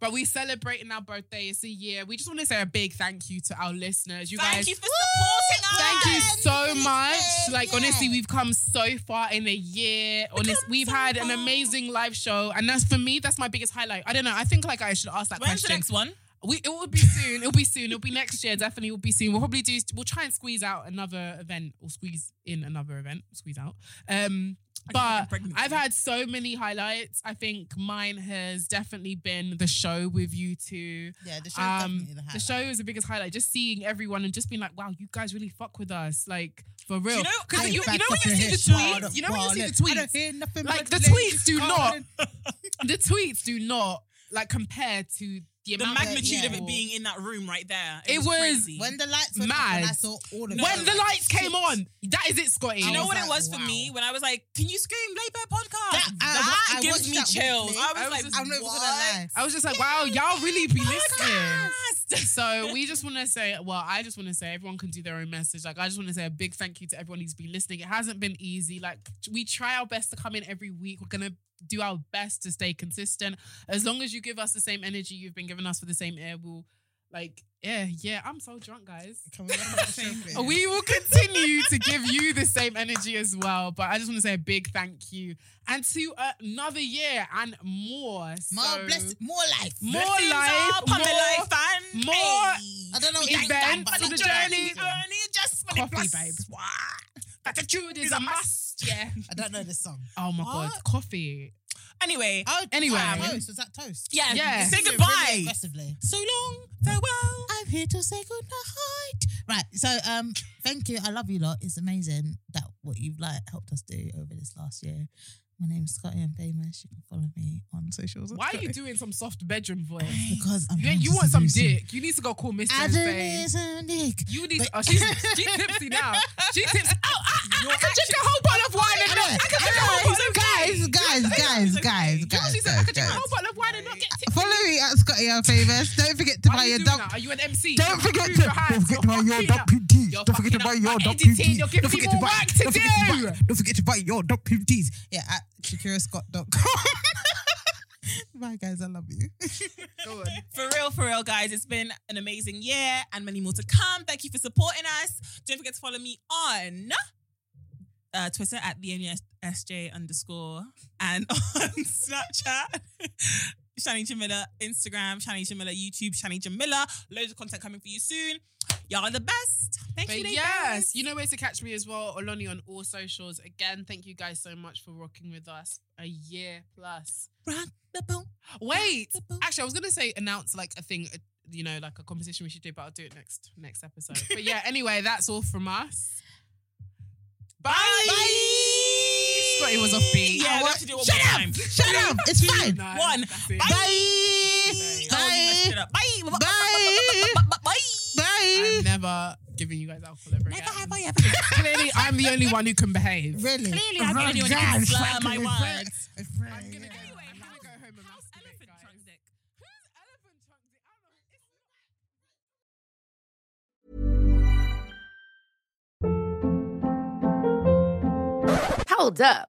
But we're celebrating our birthday. It's a year. We just want to say a big thank you to our listeners. You Thank guys you for supporting us. Thank you so Listeners, much. Like yeah. honestly, we've come so far in a year. Honest, we've so had an far. amazing live show, and that's for me. That's my biggest highlight. I don't know. I think like I should ask that When's the question. next one? We it will be soon. It'll be soon. It'll be next year. Definitely, will be soon. We'll probably do. We'll try and squeeze out another event or squeeze in another event. Squeeze out. Um, but I'm pregnant. I've had so many highlights. I think mine has definitely been the show with you two Yeah, the show um, definitely the show is the biggest highlight. Just seeing everyone and just being like, wow, you guys really fuck with us. Like, for real. you know- 'Cause I you, back you know when up you in see the his tweets, you know when you see the I don't tweets, hear nothing. like but the ladies tweets do not, calling. the tweets do not like compare to the, the amount magnitude yeah. of it being in that room right there. It was- crazy. When the lights went off Mad. and I saw all of No. when the lights came on, that is it, Scotty. Do you I know was what it like, was for wow. me when I was like, "Can you scream Layback podcast?" That- That, I- I watched gives me that chills. replay. I was, I was like, just- I'm not even gonna lie. I was just like, wow, y'all really be listening. Podcast. So we just want to say, well, I just want to say everyone can do their own message. Like, I just want to say a big thank you to everyone who's been listening. It hasn't been easy. Like, we try our best to come in every week. We're going to do our best to stay consistent. As long as you give us the same energy you've been giving us for the same air, we'll, like, yeah, yeah, I'm so drunk, guys. Can we look at the same thing? We will continue to give you the same energy as well. But I just want to say a big thank you. And to another year and more. more, so- bless, more life. More Blessings life, up on the more- life, fam. more Hey. I don't know. events Dang, dang, on but the journey. Only just for the Coffee, plus. babe. Wah. Attitude is a must. Yeah. I don't know this song. Oh my What? god, coffee. Anyway, um, Oh, Anyway. toast. Was that toast? yeah, Yeah. say Really goodbye. aggressively. So long, farewell. I'm here to say goodnight. Right. So, um, thank you. I love you lot. It's amazing that what you've like helped us do over this last year. My name's Scotty. I'm famous. You can follow me on socials. Why are you doing some soft bedroom voice? Because I'm You, here ain't- you to want some seduce you. dick. You need to go call Mr. I and do say, need some dick. You need. But- oh, she's she tipsy now. She tipsy. Oh, I, I, I could drink a whole bottle of wine and not. I could drink a whole bottle of Guys, guys, guys, guys, You know what she guys, said? I could drink a guys. whole bottle of wine and not get tipsy. Follow me at Scotty I'm famous. Don't forget to Why buy Are you, your doing dump. that? Are you an MC? Don't forget Prove to your hands. don't forget to You're buy your fucking dump up. PDs. You're Don't forget fucking to buy up. your I'm dump editing. PDs. You're giving Don't forget to people buy. work to Don't forget to do. buy. Don't forget to buy your dump PDs. Yeah, at ShakiraScott.com. Bye guys, I love you. Go on. For real, for real, guys. It's been an amazing year and many more to come. Thank you for supporting us. Don't forget to follow me on uh, Twitter at the NUSJ underscore and on Snapchat. Shani Jamila, Instagram, Shani Jamila, YouTube, Shani Jamila. Loads of content coming for you soon. Y'all are the best. Thank But you. ladies. yes, you know where to catch me as well, Oloni on all socials. Again, thank you guys so much for rocking with us a year plus. Rock the boat. Wait, rock the boat. actually, I was gonna say announce like a thing, uh, you know, like a competition we should do, but I'll do it next next episode. but yeah, anyway, that's all from us. Bye. Scotty was off beat. Yeah, I we wa- have to do it one Shut more up! time. Shut up. It's fine. No, One. that's it. Bye. Oh, you messed it Bye. up. Bye. Bye. Bye. I'm Bye. never giving you guys alcohol ever again. Never have I ever. Clearly, I'm the only one who can behave. Really? Clearly, I think anyone can Guys, slur my fucking regret- words. regret. I'm gonna go, I'm gonna go home and How's masturbate, elephant guys. trunk dick? Who's elephant trunk dick? I don't- it's not- Hold up.